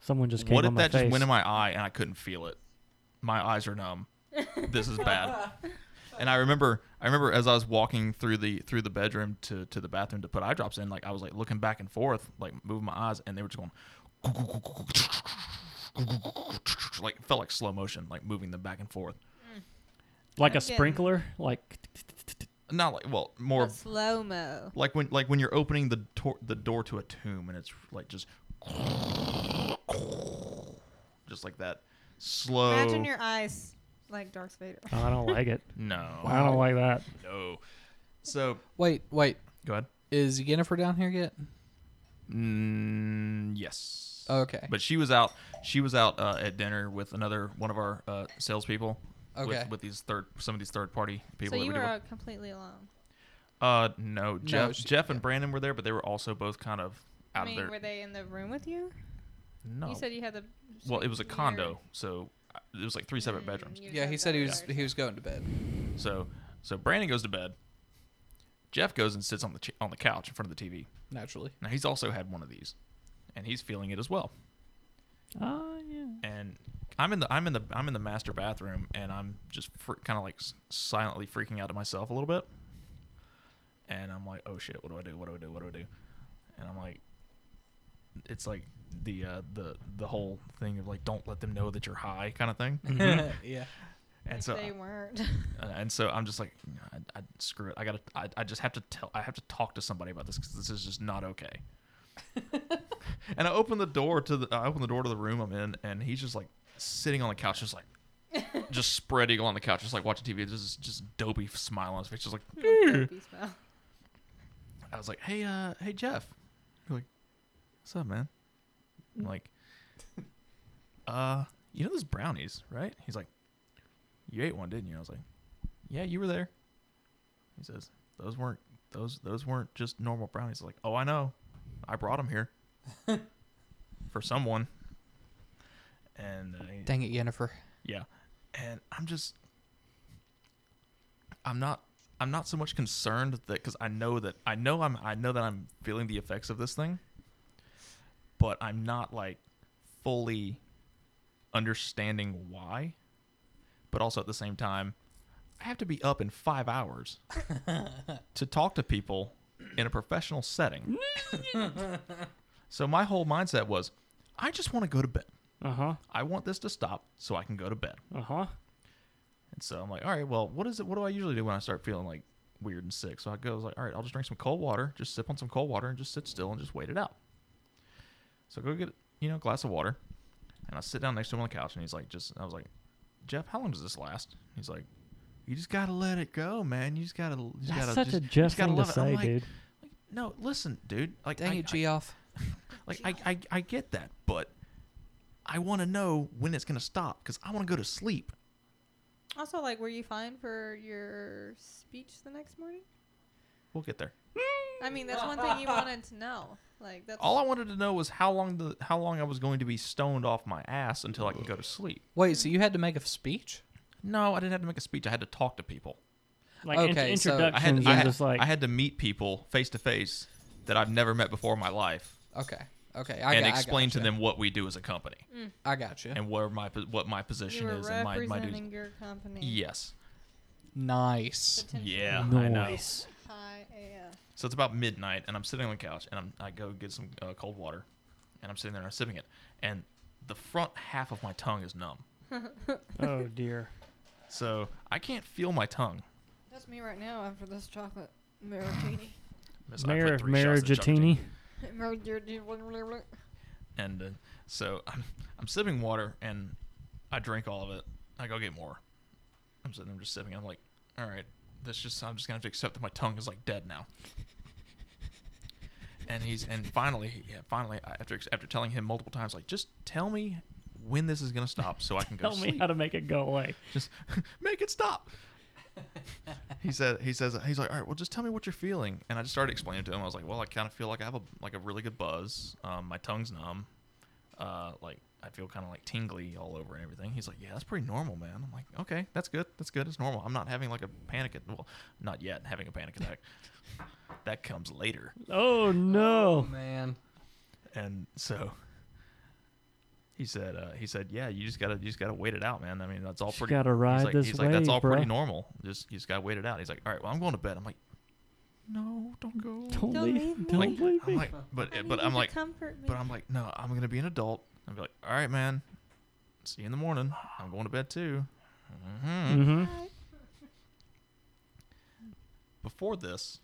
Someone just came what on if my that face. just went in my eye and I couldn't feel it? My eyes are numb. This is bad. And I remember, I remember as I was walking through the through the bedroom to to the bathroom to put eye drops in, like I was like looking back and forth, like moving my eyes, and they were just going, like felt like slow motion, like moving them back and forth. like a I'm getting- sprinkler. Like Not like well, more Slow mo. like when like when you're opening the tor- the door to a tomb and it's like just just like that slow. Imagine your eyes like Darth Vader. oh, Uh, I don't like it. no. I don't like that. No. So Wait, wait. go ahead. Is Yennefer down here yet? Mm, yes. Okay. But she was out. She was out uh, at dinner with another one of our uh, salespeople. Okay. With, with these third, some of these third party people. so that you we were deal with. out completely alone. Uh, no. Jeff, she- Jeff and Brandon were there, but they were also both kind of out I mean, of were their. they in the room with you? No. You said you had the. well, it was a weird- condo, so uh, it was like three separate Mm, bedrooms. you Yeah, he said said he that was earlier. he was going to bed. So, so Brandon goes to bed. Jeff goes and sits on the ch- on the couch in front of the TV. Naturally. Now he's also had one of these, and he's feeling it as well. Oh yeah. and I'm in the I'm in the I'm in the master bathroom, and I'm just fr- kind of like s- silently freaking out to myself a little bit. And I'm like, oh shit, what do I do? What do I do? What do I do? And I'm like, it's like the uh, the the whole thing of like, don't let them know that you're high, kind of Mm-hmm. thing. yeah. And If so they weren't. uh, and so I'm just like, I, I, screw it. I gotta. I, I just have to tell. I have to talk to somebody about this because this is just not okay. and I open the door to the. I open the door to the room I'm in, and he's just like sitting on the couch, just like, just spread eagle on the couch, just like watching TV. There's Just just dopey smile on his face. Just like Dopey smell. I was like, hey, uh, hey Jeff. You're like, what's up, man? I'm like, uh, you know those brownies, right? He's like, you ate one, didn't you? I was like, "Yeah, you were there." He says, "Those weren't those those weren't just normal brownies." Like, "Oh, I know. I brought them here for someone." And uh, he- Dang it, Jennifer. yeah. And I'm just I'm not I'm not so much concerned that cuz I know that I know I'm I know that I'm feeling the effects of this thing. But I'm not like fully understanding why. But also at the same time, I have to be up in 5 hours to talk to people in a professional setting. so my whole mindset was I just want to go to bed. Uh huh. I want this to stop so I can go to bed. Uh huh. And so I'm like, all right, well, what is it? What do I usually do when I start feeling like weird and sick? So I go, I was like, all right, I'll just drink some cold water, just sip on some cold water, and just sit still and just wait it out. So I go get you know a glass of water, and I sit down next to him on the couch, and he's like, just I was like, Jeff, how long does this last? He's like, you just gotta let it go, man. You just gotta. You just That's gotta such just, a you Jeff gotta thing to love it." I'm say, like, dude. like, no, listen, dude. Like, Dang I, it, I, Geoff. like I, I, I get that, but I want to know when it's gonna stop because I want to go to sleep. Also, like, were you fine for your speech the next morning? We'll get there. I mean, that's one thing you wanted to know. Like, that's All I wanted to know was how long the how long I was going to be stoned off my ass until I could go to sleep. Wait, so you had to make a speech? No, I didn't have to make a speech. I had to talk to people. Like in- Okay, so- I had- introductions I had, and I, had just like I had to meet people face to face that I've never met before in my life Okay. Okay. I and got, explain I gotcha. to Mm. them what we do as a company I got you. and where my po- what my you position were is and my my duties. representing your company. Yes. Nice. Potentially Yeah, I know. noise. High AF. So it's about midnight, and I'm sitting on the couch, and I'm, I go get some uh, cold water, and I'm sitting there and I'm sipping it, and the front half of my tongue is numb, Oh dear. so I can't feel my tongue. That's me right now after this chocolate martini. Miss, I Mayor put of three shots of chocolate Marigitini. And uh, so I'm, I'm sipping water and I drink all of it. I go get more. I'm sitting there just sipping. I'm like, all right, that's just, I'm just going to have to accept that my tongue is like dead now. and he's, and finally, yeah, finally, I- after, after telling him multiple times, like, just tell me when this is going to stop so I can go Tell sleep. me how to make it go away. just make it stop. he said he says he's like all right well just tell me what you're feeling and I just started explaining to him I was like well I kind of feel like I have a like a really good buzz um, my tongue's numb uh, like I feel kind of like tingly all over and everything he's like yeah that's pretty normal man I'm like okay that's good that's good it's normal I'm not having like a panic at- well not yet having a panic attack that comes later Oh no. man. and so he said uh, he said yeah you just gotta you just gotta wait it out man i mean that's all Just pretty gotta ride he's like, this he's like that's all wave, pretty bruh." normal just you just gotta wait it out he's like all right well i'm going to bed i'm like no don't go Don't, Don't leave me. leave. Don't like, leave me. uh-huh. i'm like but I but need you i'm to like comfort me. but i'm like no i'm gonna be an adult i'm like all right man see you in the morning i'm going to bed too hmm mm-hmm. before this,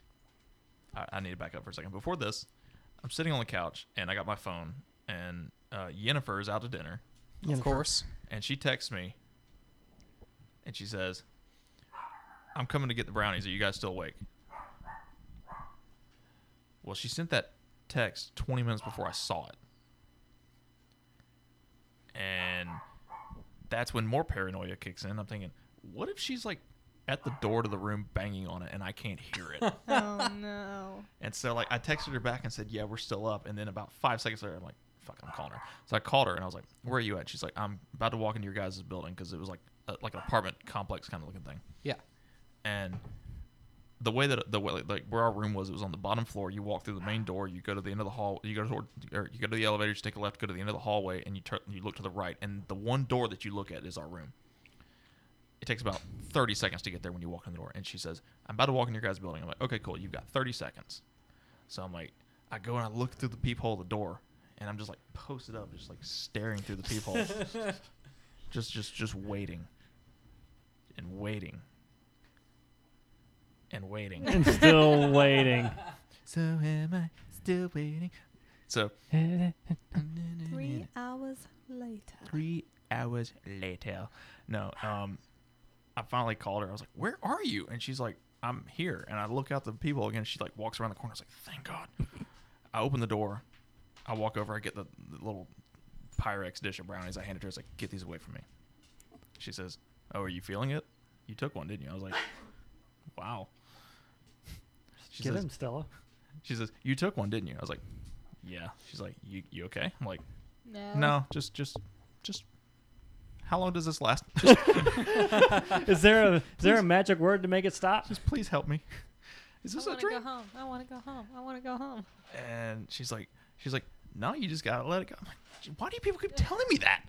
I, I need to back up for a second. Before this, I'm sitting on the couch and I got my phone, and uh, Yennefer is out to dinner, Of course. and she texts me, and she says, "I'm coming to get the brownies. Are you guys still awake?" Well, she sent that text 20 minutes before I saw it, and that's when more paranoia kicks in. I'm thinking, what if she's like at the door to the room banging on it and I can't hear it? oh no. And so like I texted her back and said, "Yeah, we're still up." And then about five seconds later, I'm like, "Fuck, I'm calling her." So I called her and I was like, "Where are you at?" She's like, "I'm about to walk into your guys' building because it was like a, like an apartment complex kind of looking thing." Yeah. And the way that the way like where our room was, it was on the bottom floor. You walk through the main door, you go to the end of the hall, you go toward, or you go to the elevator, you take a left, go to the end of the hallway, and you turn, you look to the right, and the one door that you look at is our room. It takes about 30 seconds to get there when you walk in the door. And she says, I'm about to walk in your guys' building. I'm like, okay, cool. You've got 30 seconds. So I'm like, I go and I look through the peephole of the door, and I'm just like posted up, just like staring through the peephole, just just just waiting, and waiting, and waiting. And still waiting. so am I still waiting? So Three hours later. three hours later. No, um, I finally called her. I was like, "Where are you?" And she's like, "I'm here." And I look out the people again. She like walks around the corner. I was like, "Thank God." I open the door. I walk over. I get the, the little Pyrex dish of brownies. I hand it to her. I was like, "Get these away from me." She says, "Oh, are you feeling it?" you took one, didn't you? I was like, wow. She Get says, him, Stella. she says, you took one, didn't you? I was like, yeah. She's like, you, you okay? I'm like, No. no, just, just, just, how long does this last? Is there a is there a Please. magic word to make it stop? just please help me. Is I this a want to go dream? home. I want to go home. I want to go home. And she's like, she's like, no, you just gotta let it go. I'm like, why do you people keep telling me that?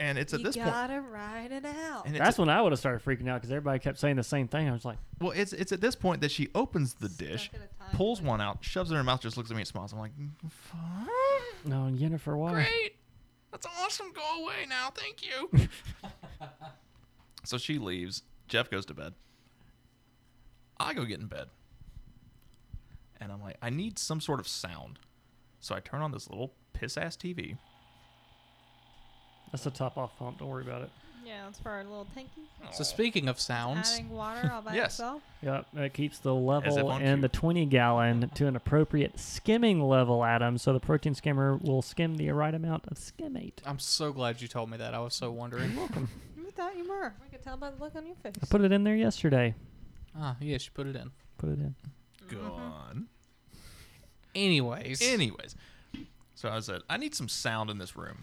And it's at you this point. gotta ride it out. And it's That's when I would have started freaking out because everybody kept saying the same thing. I was like, Well, it's it's at this point that she opens the dish, Stuck at a time. pulls one out, shoves it in her mouth, just looks at me and smiles. I'm like, "Mm, "Fine, "No, Yennefer, why?" great, that's awesome. Go away now, thank you. so she leaves. Jeff goes to bed. I go get in bed, and I'm like, I need some sort of sound. So I turn on this little piss ass TV. That's a top off pump. Don't worry about it. Yeah, it's for our little tanky. So speaking of sounds, Adding water all by Yes. itself. Yep, that keeps the if level on and the cue. 20 gallon to an appropriate skimming level, Adam. So the protein skimmer will skim the right amount of skimmate. I'm so glad you told me that. I was so wondering. We thought you were. We could tell by the look on your face. I put it in there yesterday. ah, yeah, she put it in. Put it in. Mm-hmm. gone. Anyways, Anyways, so I said, I need some sound in this room.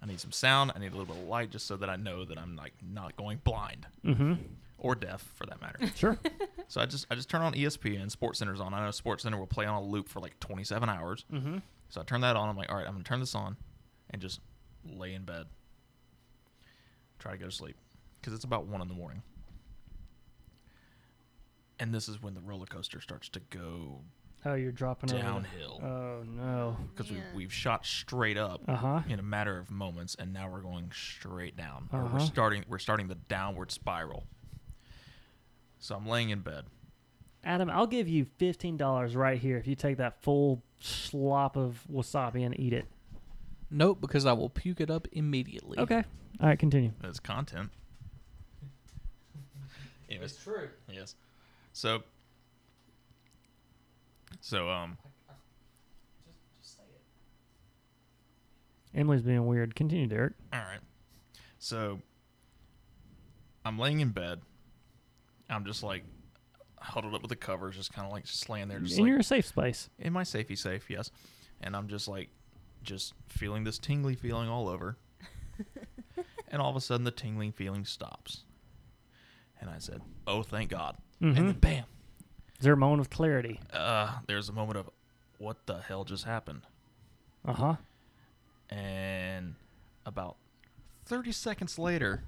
I need some sound. I need a little bit of light just so that I know that I'm like not going blind Mm-hmm. or deaf for that matter. Sure. so I just I just turn on E ESPN and Sports Center's on. I know Sports Center will play on a loop for like 27 hours. mm-hmm. So I turn that on. I'm like, all right, I'm gonna turn this on and just lay in bed. Try to go to sleep because it's about one in the morning. And this is when the roller coaster starts to go Oh, you're dropping over the- downhill Oh no. because we, Man. we've shot straight up Uh huh. in a matter of moments, and now we're going straight down. Or Uh-huh. We're starting. We're starting the downward spiral. So I'm laying in bed. Adam, I'll give you fifteen dollars right here if you take that full slop of wasabi and eat it. nope, because I will puke it up immediately. Okay. All right, continue. That's content. Anyways, true. yes. So. So um. Emily's being weird. Continue, Derek. All right. So. I'm laying in bed. I'm just like huddled up with the covers, just kind of like just laying there, just in like your safe space. in my safety safe, yes. And I'm just like, just feeling this tingly feeling all over. and all of a sudden, the tingling feeling stops. And I said, "Oh, thank God!" And then, Mhm. bam! Is there a moment of clarity? Uh, there's a moment of, "What the hell just happened?" Uh huh. And about 30 seconds later,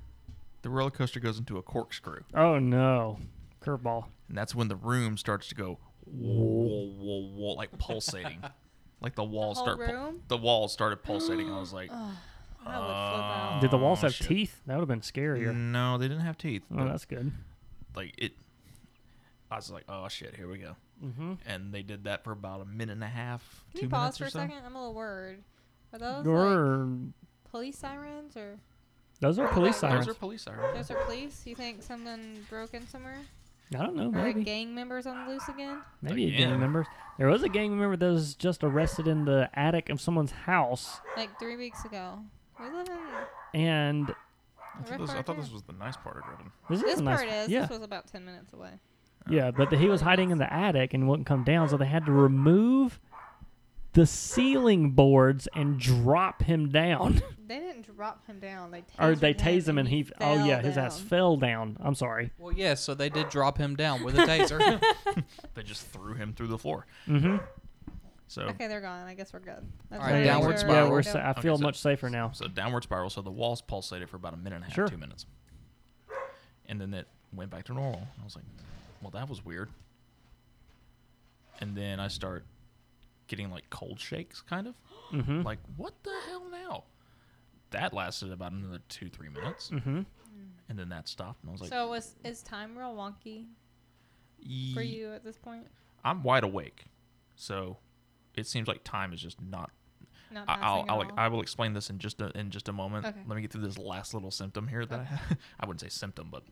the roller coaster goes into a corkscrew, Oh no. Curveball. and that's when the room starts to go, whoa, whoa, whoa, like pulsating, like the walls whole start. pul- room? the walls started pulsating. I was like. I would flip out. Did the walls Oh, have shit. Mm. teeth? That would have been scarier. No, they didn't have teeth. Oh, but, that's good. like it. I was like, oh shit, here we go. Mm-hmm. And they did that for about a minute and a half, Can two you minutes pause for or a so. second? I'm a little worried. Are those like police sirens or those are police Those sirens. Those are police sirens. those are police? You think someone broke in somewhere? I don't know. Are Oh, Maybe gang members on the loose again? maybe a Again. gang member. There was a gang member that was just arrested in the attic of someone's house, Like three weeks ago. We live in and I Rip thought, this, I our thought this hair. was the nice part of Griffin. this, is this a nice. part is. yeah, This was about ten minutes away. yeah. But he was hiding in the attic and wouldn't come down, so they had to remove the ceiling boards and drop him down. They didn't drop him down. They or tasered they tase him, and he. oh fell yeah, his ass down. fell down. I'm sorry. Well, yeah, so they did drop him down with a taser. They just threw him through the floor. Mm-hmm. So Okay, they're gone. I guess we're good. That's All what right, I downward picture. Yeah, spiral. we're. Don't- Sa- I Okay, feel so- much safer now. so downward spiral. So the walls pulsated for about a minute and a half, Sure. two minutes, and then it went back to normal. And I was like, well, that was weird. And then I start getting like cold shakes, kind of. Mm-hmm. Like, what the hell now? That lasted about another two, three minutes, mm-hmm. and then that stopped, and I was like, so was is time real wonky for "Ye- you at this point? I'm wide awake, so it seems like time is just not. Not I, passing I'll, at I'll all? I will explain this in just a, in just a moment. Okay. Let me get through this last little symptom here that I have. I wouldn't say symptom, but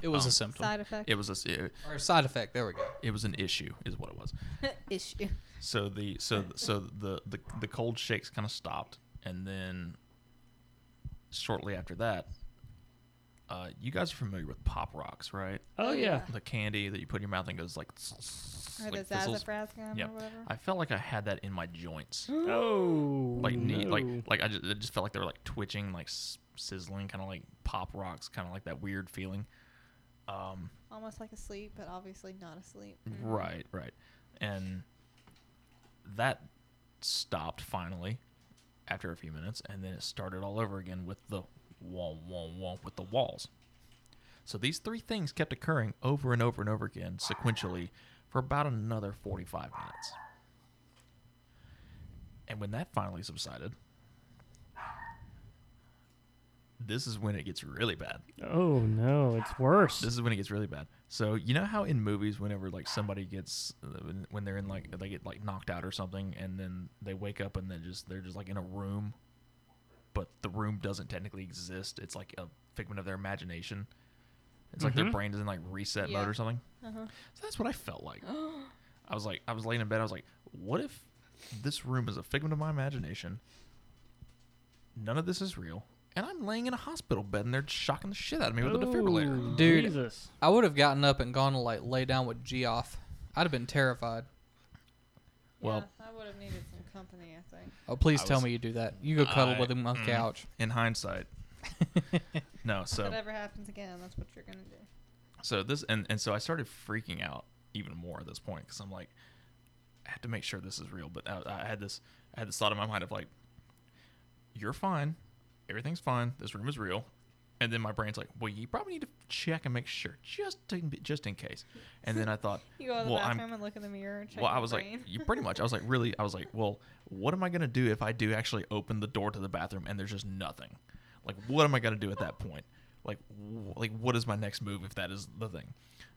it was Um, a symptom side effect it was a s- it, or a side effect. There we go. it was an issue, is what it was. issue. So the so so the the, the cold shakes kind of stopped, and then shortly after that, Uh, you guys are familiar with Pop Rocks, right? Oh yeah. The candy that you put in your mouth and goes like. Or the like fizzles. Zazafras gum Yep. or whatever. I felt like I had that in my joints. Oh. Like knee, like no. like I just, it just felt like they were like twitching, like s- sizzling, kind of like Pop Rocks, kind of like that weird feeling. Um, Almost like asleep, but obviously not asleep. Right, right. And that stopped finally after a few minutes, and then it started all over again with the womp womp womp with the walls. So these three things kept occurring over and over and over again sequentially for about another 45 minutes. And when that finally subsided, this is when it gets really bad. Oh no, it's worse. This is when it gets really bad. So you know how in movies, whenever like somebody gets uh, when- when they're in like they get like knocked out or something, and then they wake up and they just they're just like in a room, but the room doesn't technically exist. It's like a figment of their imagination. It's like their Mhm. brain is in like reset mode Yeah. or something. Uh-huh. So that's what I felt like. I was like I was laying in bed. I was like, what if this room is a figment of my imagination? None of this is real. And I'm laying in a hospital bed, and they're shocking the shit out of me with a defibrillator. Oh, Dude. Jesus. I would have gotten up and gone to like lay down with Geoff. I'd have been terrified. Well- I would have needed some company, I think. Oh, please I tell was- me you do that. You go cuddle I- with him on the mm. couch. in hindsight. no, so if it ever happens again, that's what you're gonna do. so this and and so I started freaking out even more at this point because I'm like, I have to make sure this is real. But I, I had this I had this thought in my mind of like, you're fine, everything's fine, this room is real, and then my brain's like, well, you probably need to check and make sure just to, just in case. And then I thought, You go to the well, bathroom I'm and look in the mirror and check well, I your was brain. like, you pretty much. I was like, really, I was like, well, what am I gonna do if I do actually open the door to the bathroom and there's just nothing? Like, what am I gonna do at that point? Like, wh- like, what is my next move if that is the thing?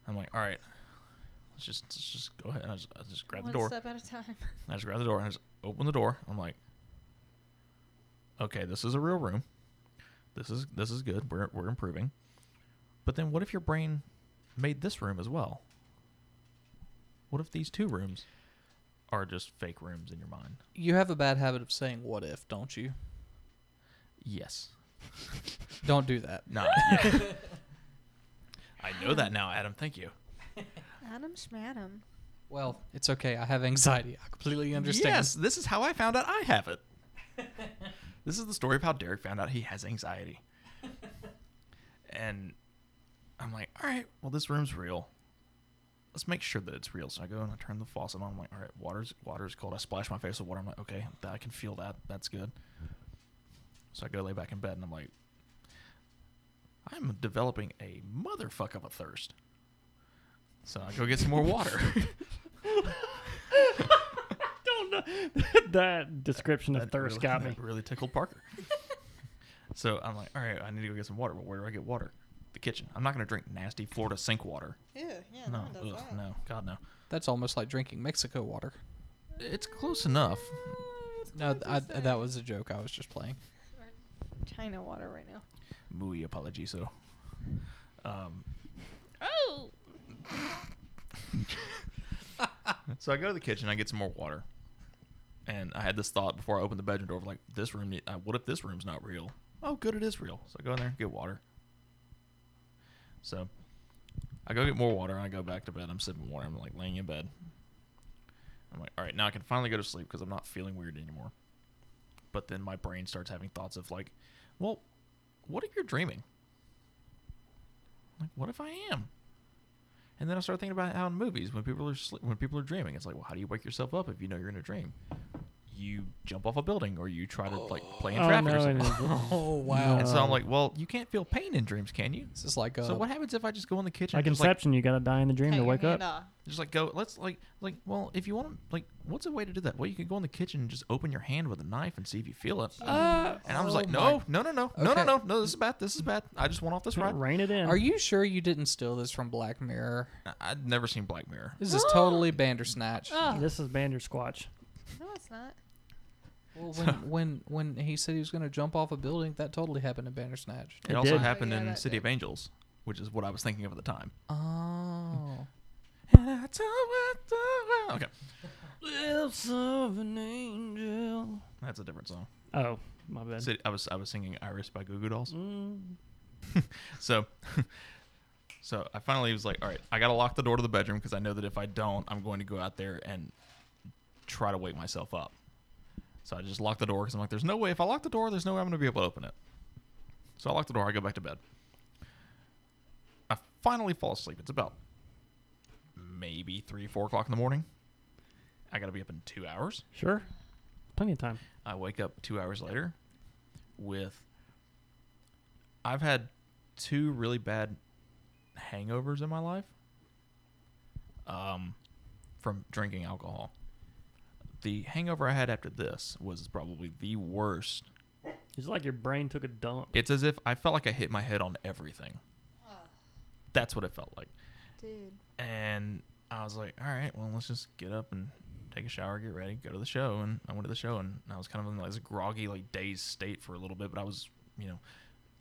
I'm like, all right, let's just, let's just go ahead. And I just, I just grab One the door. step at a time. I just grab the door and I just open the door. I'm like, okay, this is a real room. This is this is good. We're we're improving. But then, what if your brain made this room as well? What if these two rooms are just fake rooms in your mind? You have a bad habit of saying "what if," don't you? Yes. Don't do that. No. yeah. I know that now, Adam. Thank you. Adam Schmadam. Well, it's okay. I have anxiety. I completely understand. Yes, this is how I found out I have it. this is the story of how Derek found out he has anxiety. and I'm like, all right, well, this room's real. Let's make sure that it's real. So I go and I turn the faucet on. I'm like, all right, water's water's cold. I splash my face with water. I'm like, okay, that- I can feel that. That's good. So I go lay back in bed and I'm like, I'm developing a motherfuck of a thirst. So I go get some more water. Don't know. that description of That thirst really- got that me. Really tickled Parker. so I'm like, all right, I need to go get some water. But where do I get water? The kitchen. I'm not gonna drink nasty Florida sink water. Ew, yeah, no, No, one does ugh, that. no, God no. That's almost like drinking Mexico water. It's close enough. No, th- I, that was a joke. I was just playing. China water right now. Muy apology. So, um, Oh, so I go to the kitchen. I get some more water. And I had this thought before I opened the bedroom door of like, this room. need- Uh, what if this room's not real? Oh, good, it is real. So I go in there and get water. So I go get more water and I go back to bed. I'm sipping water. I'm like laying in bed. I'm like, all right, now I can finally go to sleep because I'm not feeling weird anymore. But then my brain starts having thoughts of like, well, what if you're dreaming? Like, what if I am? And then I start thinking about how in movies, when people are sleep, when people are dreaming, it's like, well, how do you wake yourself up if you know you're in a dream? You jump off a building, or you try to like play in Oh, traffic no, or it something. isn't. Oh wow. And so I'm Oh. like, well, you can't feel pain in dreams, can you? This is like a So what happens if I just go in the kitchen? Like and just like Inception, you gotta die in the dream to wake up. just like go. Let's like like. Well, if you want to like, what's a way to do that? Well, you can go in the kitchen and just open your hand with a knife and see if you feel it. Uh, and I was oh like, my- no, no, no, no, no, no, Okay. no, no. This is bad. This is bad. I just went off this ride. Rain it in. Are you sure you didn't steal this from Black Mirror? I- I'd never seen Black Mirror. This is totally Bandersnatch. Oh, This is Bandersquatch. no, it's not. Well, when, when when he said he was going to jump off a building, that totally happened in Bandersnatch. It It also did. happened Yeah, in that City did. of Angels, which is what I was thinking of at the time. Oh. And I told- Okay, Lips of an angel. that's a different song. Oh, my bad. City, I was I was singing Iris by Goo Goo Dolls. Mm. So, so I finally was like, all right, I gotta lock the door to the bedroom because I know that if I don't, I'm going to go out there and try to wake myself up. So I just locked the door because I'm like, there's no way. If I lock the door, there's no way I'm gonna be able to open it. So I lock the door. I go back to bed. I finally fall asleep. It's about maybe three, four o'clock in the morning. I gotta be up in two hours. Sure. Plenty of time. I wake up two hours later with. I've had two really bad hangovers in my life um, from drinking alcohol. The hangover I had after this was probably the worst. It's like your brain took a dump. It's as if I felt like I hit my head on everything. That's what it felt like. Ah, Dude. And I was like, all right, well, let's just get up and take a shower, get ready, go to the show. And I went to the show, and I was kind of in like this groggy, like dazed state for a little bit. But I was, you know,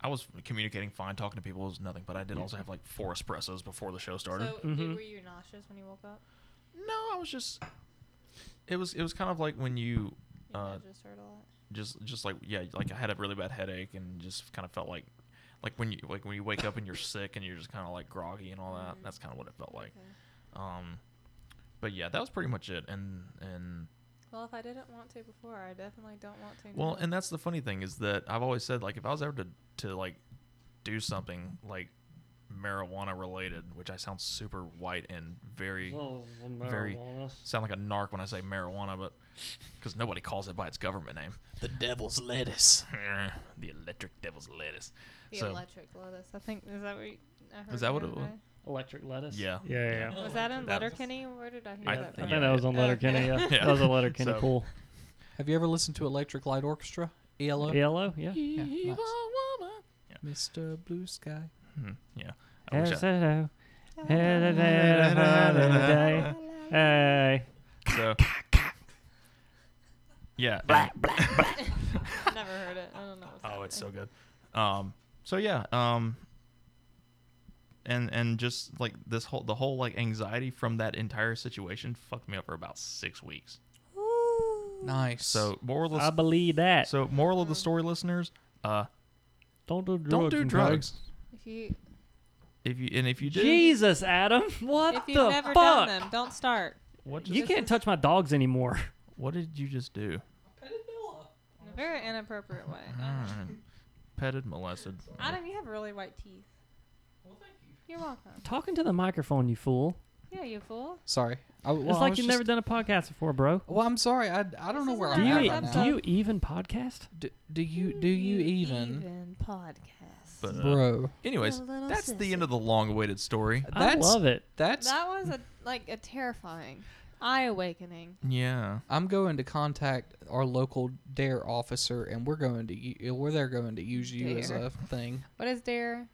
I was communicating fine, talking to people, it was nothing. But I did also have like four espressos before the show started. So, Mhm. did, were you nauseous when you woke up? no, I was just, it was, it was kind of like when you, You Uh, registered a lot. just just like yeah like i had a really bad headache and just kind of felt like like when you like when you wake up and you're sick and you're just kind of like groggy and all that Mhm. that's kind of what it felt like Okay. um but yeah that was pretty much it and and Well, if I didn't want to before, I definitely don't want to. well now. and that's the funny thing is that i've always said like if i was ever to to like do something like marijuana related which i sound super white and very very- sound like a narc when i say marijuana but because nobody calls it by its government name The devil's lettuce. the electric devil's lettuce the so- electric lettuce. I think is that what you, I that heard the what other it was? day? Electric lettuce. yeah Yeah, yeah. yeah. Was that in That- Letterkenny? Where did I hear I that? I from? think think that was on Okay. Letterkenny. Yeah, Yeah. that was a Letterkenny So- pool. Have you ever listened to Electric Light Orchestra? ELO. Yellow. Yeah. Yeah, nice. woman. Mr. Blue Sky. Hmm, yeah. I wish I- Hello. Da-da-da-da-da-da. Hey. so, yeah. and- Never heard it. I don't know. What's oh, it's so happening. good. Um, so yeah. Um, and and just like this whole the whole like anxiety from that entire situation fucked me up for about six weeks. Nice. So moral I of believe the, that. so moral of the story, listeners. Uh, don't do drugs. don't do and drugs. If you If you and if you do, Jesus, Adam. What if the you've never fuck? done them, don't start. what You just, can't touch my dogs anymore. what did you just do? In a very inappropriate way. Alright. Petted, molested. Adam, you have really white teeth. Well, thank you. You're welcome. Talking to the microphone, you fool. Yeah, you fool. Sorry. I, well, it's I like was you've just- never done a podcast before, bro. Well, I'm sorry. I, I don't know is where not Do I'm our at you e- right episode. do now. you even podcast? Do, do you do you even, podcast? But, uh, bro? Anyways, Your little that's the sissy. end of the long-awaited story. I That's- love it. That's That was a like a terrifying, eye awakening. Yeah. I'm going to contact our local dare officer, and we're going to u- we're there going to use you as Dare. a thing. What is dare?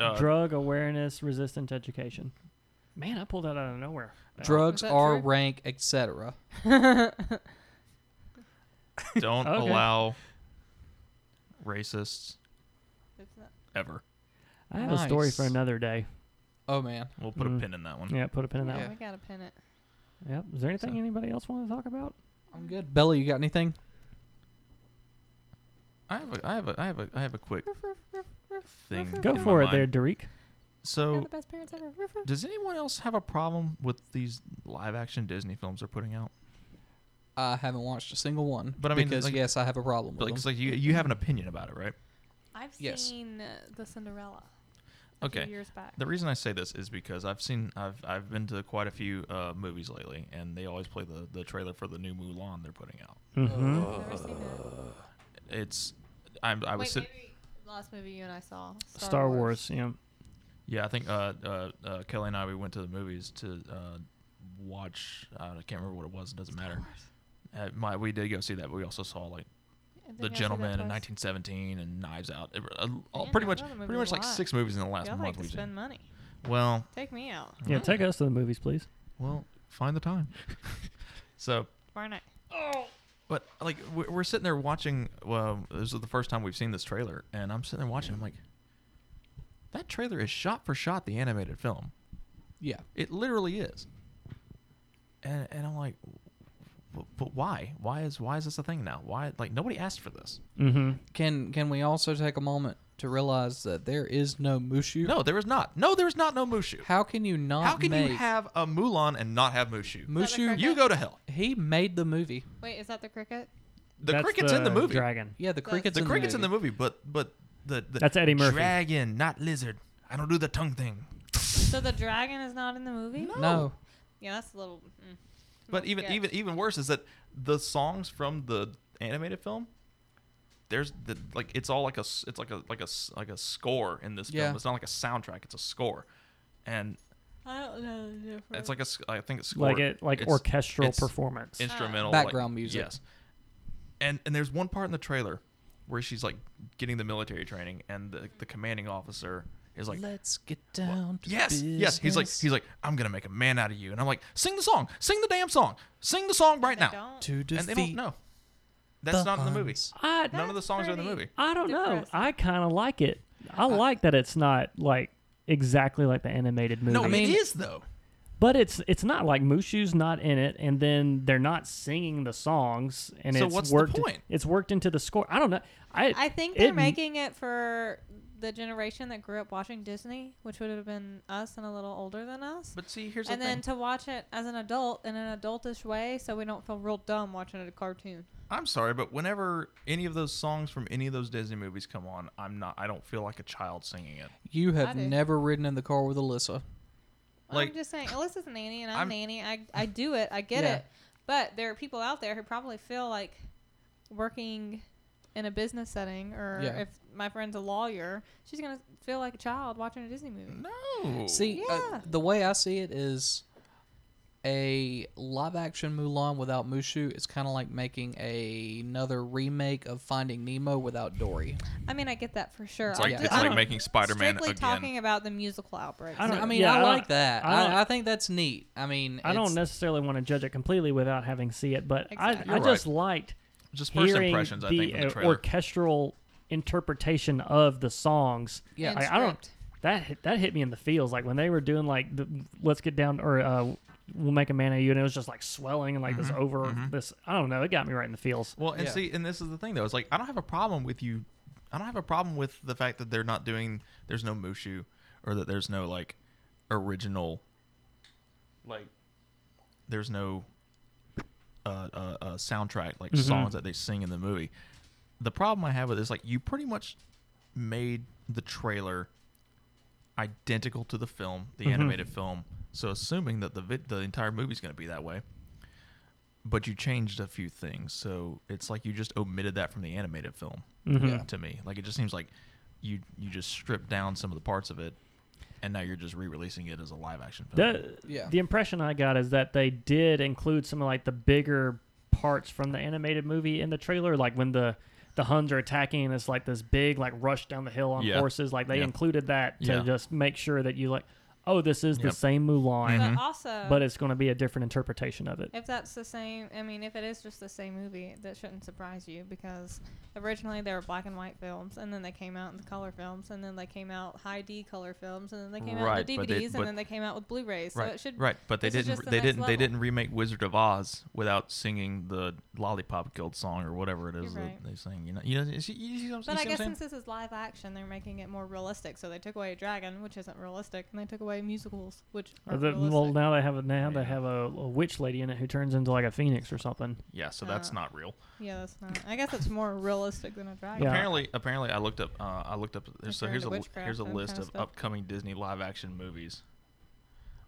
Uh, Drug awareness resistant education. Man, I pulled that out of nowhere. Drugs that are true? rank, etc. don't Okay. allow racists It's not- ever. I have a story for Nice. another day. Oh man, We'll put Mm. a pin in that one. Yeah, put a pin in that yeah, one. we gotta pin it. one. Yep. Is there anything So- anybody else want to talk about? I'm good. Bella, you got anything? I have a, I have a, I have a, I have a quick thing. Go in my for it mind. there, Derek. You're So, the best parents ever. does anyone else have a problem with these live-action Disney films they're putting out? I haven't watched a single one. But I mean, because like- yes, I have a problem with Like, them. it's like you, you have an opinion about it, right? I've Yes. seen uh, the Cinderella. A few Okay. years back. The reason I say this is because I've seen, I've, I've been to quite a few uh, movies lately, and they always play the, the trailer for the new Mulan they're putting out. hmm Never seen that. It's, I'm, Uh, I was Wait, sit- maybe last movie you and I saw. Star, Wars. Yeah. Yeah, I think uh, uh, uh, Kelly and I we went to the movies to uh, watch. Uh, I can't remember what it was. It doesn't matter. Uh, my we did go see that, but we also saw like I think I The said that Gentleman and twice. 1917 and Knives Out. It- uh, all- Man, pretty I much, love the pretty movie much a like lot. six movies in the last Y'all like month to we've spend seen. money. Well, Take me out. Yeah. Take us to the movies, please. well, find the time. so, Tomorrow night. but like we're, we're sitting there watching. Well, this is the first time we've seen this trailer, and I'm sitting there watching. I'm like, that trailer is shot for shot the animated film. yeah, It literally is. And and I'm like, "W- but why? Why is why is this a thing now? Why like nobody asked for this? Mm-hmm. can can we also take a moment to realize that there is no Mushu. No, there is not. No, there is not no Mushu. How can you not How can make you have a Mulan and not have Mushu? Is that the Mushu? cricket? You go to hell. He made the movie. Wait, is that the cricket? The That's cricket's in the movie. Dragon. Yeah, the The- crickets. The in cricket's the in the movie, but but the, the That's Eddie Murphy. Dragon, not lizard. I don't do the tongue thing. So the dragon is not in the movie? No. No, Yeah, that's a little. Mm. But even Yeah. even even worse is that the songs from the animated film, there's the, like it's all like a s- it's like a like a s- like a score in this Yeah. film. It's not like a soundtrack. It's a score, and I don't know. the difference. it's like a s- I think it's score Like it, like It's- orchestral it's- performance. instrumental Ah. like- Background music. Yes, and and there's one part in the trailer where she's like getting the military training, and the the commanding officer is like. let's get down. To Yes, yes. He's like, business. he's like, I'm gonna make a man out of you, and I'm like, sing the song, sing the damn song, sing the song right They now. don't. to defeat. And they don't know. That's not in the movie. Huns. I None of the That's songs are in the pretty- movie. I don't know. Depressing. I kind of like it. I like that it's not like exactly like the animated movie. No, I mean- it is though. but it's it's not like Mushu's not in it, and then they're not singing the songs, and So it's what's the worked. point? It's worked into the score. I don't know. I, I think they're it- making it for the generation that grew up watching Disney, which would have been us and a little older than us. But see, here's and the then thing. to watch it as an adult in an adultish way so we don't feel real dumb watching it a cartoon. I'm sorry, but whenever any of those songs from any of those Disney movies come on, I'm not. I don't feel like a child singing it. You have do. never ridden in the car with Alyssa. Like- I'm just saying, Alyssa's a nanny and I'm, I'm- nanny. I, I do it. I get Yeah. it. But there are people out there who probably feel like working in a business setting or Yeah. if my friend's a lawyer, she's going to feel like a child watching a Disney movie. No. See, uh, Yeah. the way I see it is a live action Mulan without Mushu is kind of like making a, another remake of Finding Nemo without Dory. I mean, I get that for sure. it's I'm like just- it's I like don't- making Spider-Man strictly again. talking about the musical outbreak. I I, don't- mean, yeah, I I, don't- like that. I don't- I, I think that's neat. I mean, I don't it's- necessarily want to judge it completely without having seen it, but Exactly. I, I You're just liked Just first hearing impressions, I the, think, from the uh, trailer. orchestral interpretation of the songs. Yeah. And Like, I don't. script. That hit, that hit me in the feels. Like when they were doing like the "Let's Get Down" or uh, "We'll Make a Man of You," and it was just like swelling and like this Mm-hmm. over this. I don't know. It got me right in the feels. well, and Yeah. see, and this is the thing though. It's like I don't have a problem with you. I don't have a problem with the fact that they're not doing. There's no Mushu, or that there's no like original. Like, there's no. Uh, uh, uh, soundtrack like Mm-hmm. songs that they sing in the movie. the problem I have with this, like, you pretty much made the trailer identical to the film, Mm-hmm. the animated film. So assuming that the vid- the entire movie's going to be that way, but you changed a few things. So it's like you just omitted that from the animated film Mm-hmm. Yeah. to me. Like it just seems like you you just stripped down some of the parts of it, and now you're just re-releasing it as a live action film. The, Yeah. the impression I got is that they did include some of like the bigger parts from the animated movie in the trailer, like when the the Huns are attacking and it's like this big like rush down the hill on Yeah. horses. Like they Yeah. included that to Yeah. just make sure that you like, oh, this is the Yep. Mm-hmm. same Mulan, But also, but it's going to be a different interpretation of it. if that's the same, I mean, if it is just the same movie, that shouldn't surprise you because originally there were black and white films, and then they came out in the color films, and then they came out high D color films, and then they came out Right, in the but DVDs, they- but- and then they came out with Blu-rays. right, So it should right, but they this is didn't. just the they next didn't. They level. didn't remake Wizard of Oz without singing the Lollipop Guild song or whatever it is You're that right. they sing. You know, you know. You see, you see what I'm, But you I see what guess I'm since saying? this is live action, they're making it more realistic. So they took away a dragon, which isn't realistic, and they took away musicals, which Uh, are the- realistic. well, now they have a, now Yeah. they have a, a witch lady in it who turns into like a phoenix or something. Yeah, so that's Uh, not real. yeah, that's not. I guess it's more realistic than a dragon. Yeah. Apparently, apparently, I looked up. Uh, I looked up. There's, so you're here's a into li- here's witchcraft a and list kinda of stuff. upcoming Disney live action movies.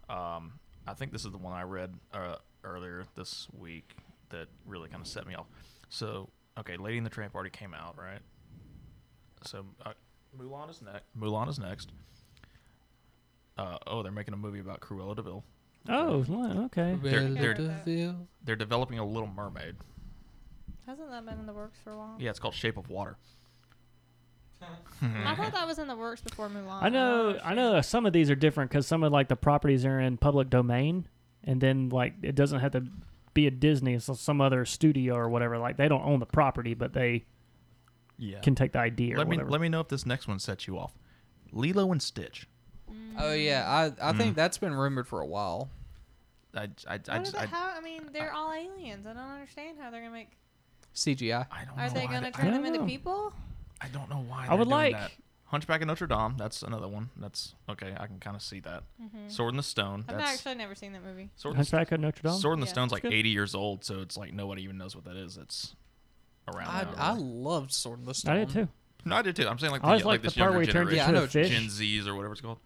Um, I think this is the one I read uh, earlier this week that really kind of set me off. So, okay, Lady and the Tramp already came out, right? So, uh, Mulan is next. Mulan is next. Uh, oh, they're making a movie about Cruella de Vil. Oh, well, okay. They're- they're- Valedeville. They're developing a Little Mermaid. Hasn't that been in the works for a while? Yeah, it's called Shape of Water. Hmm. I thought that was in the works before Mulan. Oh, I know, I know. that Some of these are different because some of like the properties are in public domain, and then like it doesn't have to be a Disney, it's some other studio or whatever. Like they don't own the property, but they Yeah. can take the idea let or me whatever. let me know if this next one sets you off. Lilo and Stitch. Oh yeah, Mm-hmm. I I think that's been rumored for a while. I I, I, What is just, it- I, how? I mean, they're all aliens. I don't understand how they're gonna make. CGI. I don't Are know they why gonna they- turn I them into don't know. people? I, I don't know why I they're would doing like that. Hunchback of Notre Dame. That's another one. That's okay. I can kind of see that. Mhm. Sword in the Stone. I've that's actually never seen that movie. Sword in the, Hunchback of Notre Dame. Sword in the Yeah. Stone's like It's good. 80 years old, so it's like nobody even knows what that is. It's around. I, now, I really. loved Sword in the Stone. I did too. no, I did too. I'm saying like I always the, like like the this part where younger he turned generation, Yeah, I into know a what you fish. Gen Zs or whatever it's called.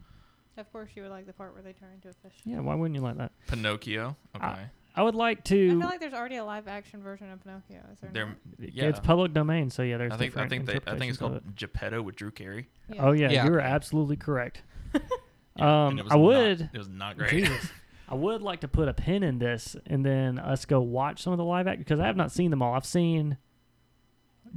Of course, you would like the part where they turn into a fish. Yeah, why wouldn't you like that? Pinocchio. Okay. I- I would like I to. feel like there's already a live action version of Pinocchio. Is there? They're, not? yeah. It's public domain, so yeah, there's I think I different think they I think it's interpretations of called it. Geppetto with Drew Carey. Oh yeah, Yeah. you were absolutely correct. Yeah, and um, it was I not- would. it was not great. Jesus. I would like to put a pin in this and then us go watch some of the live action because I have not seen them all. I've seen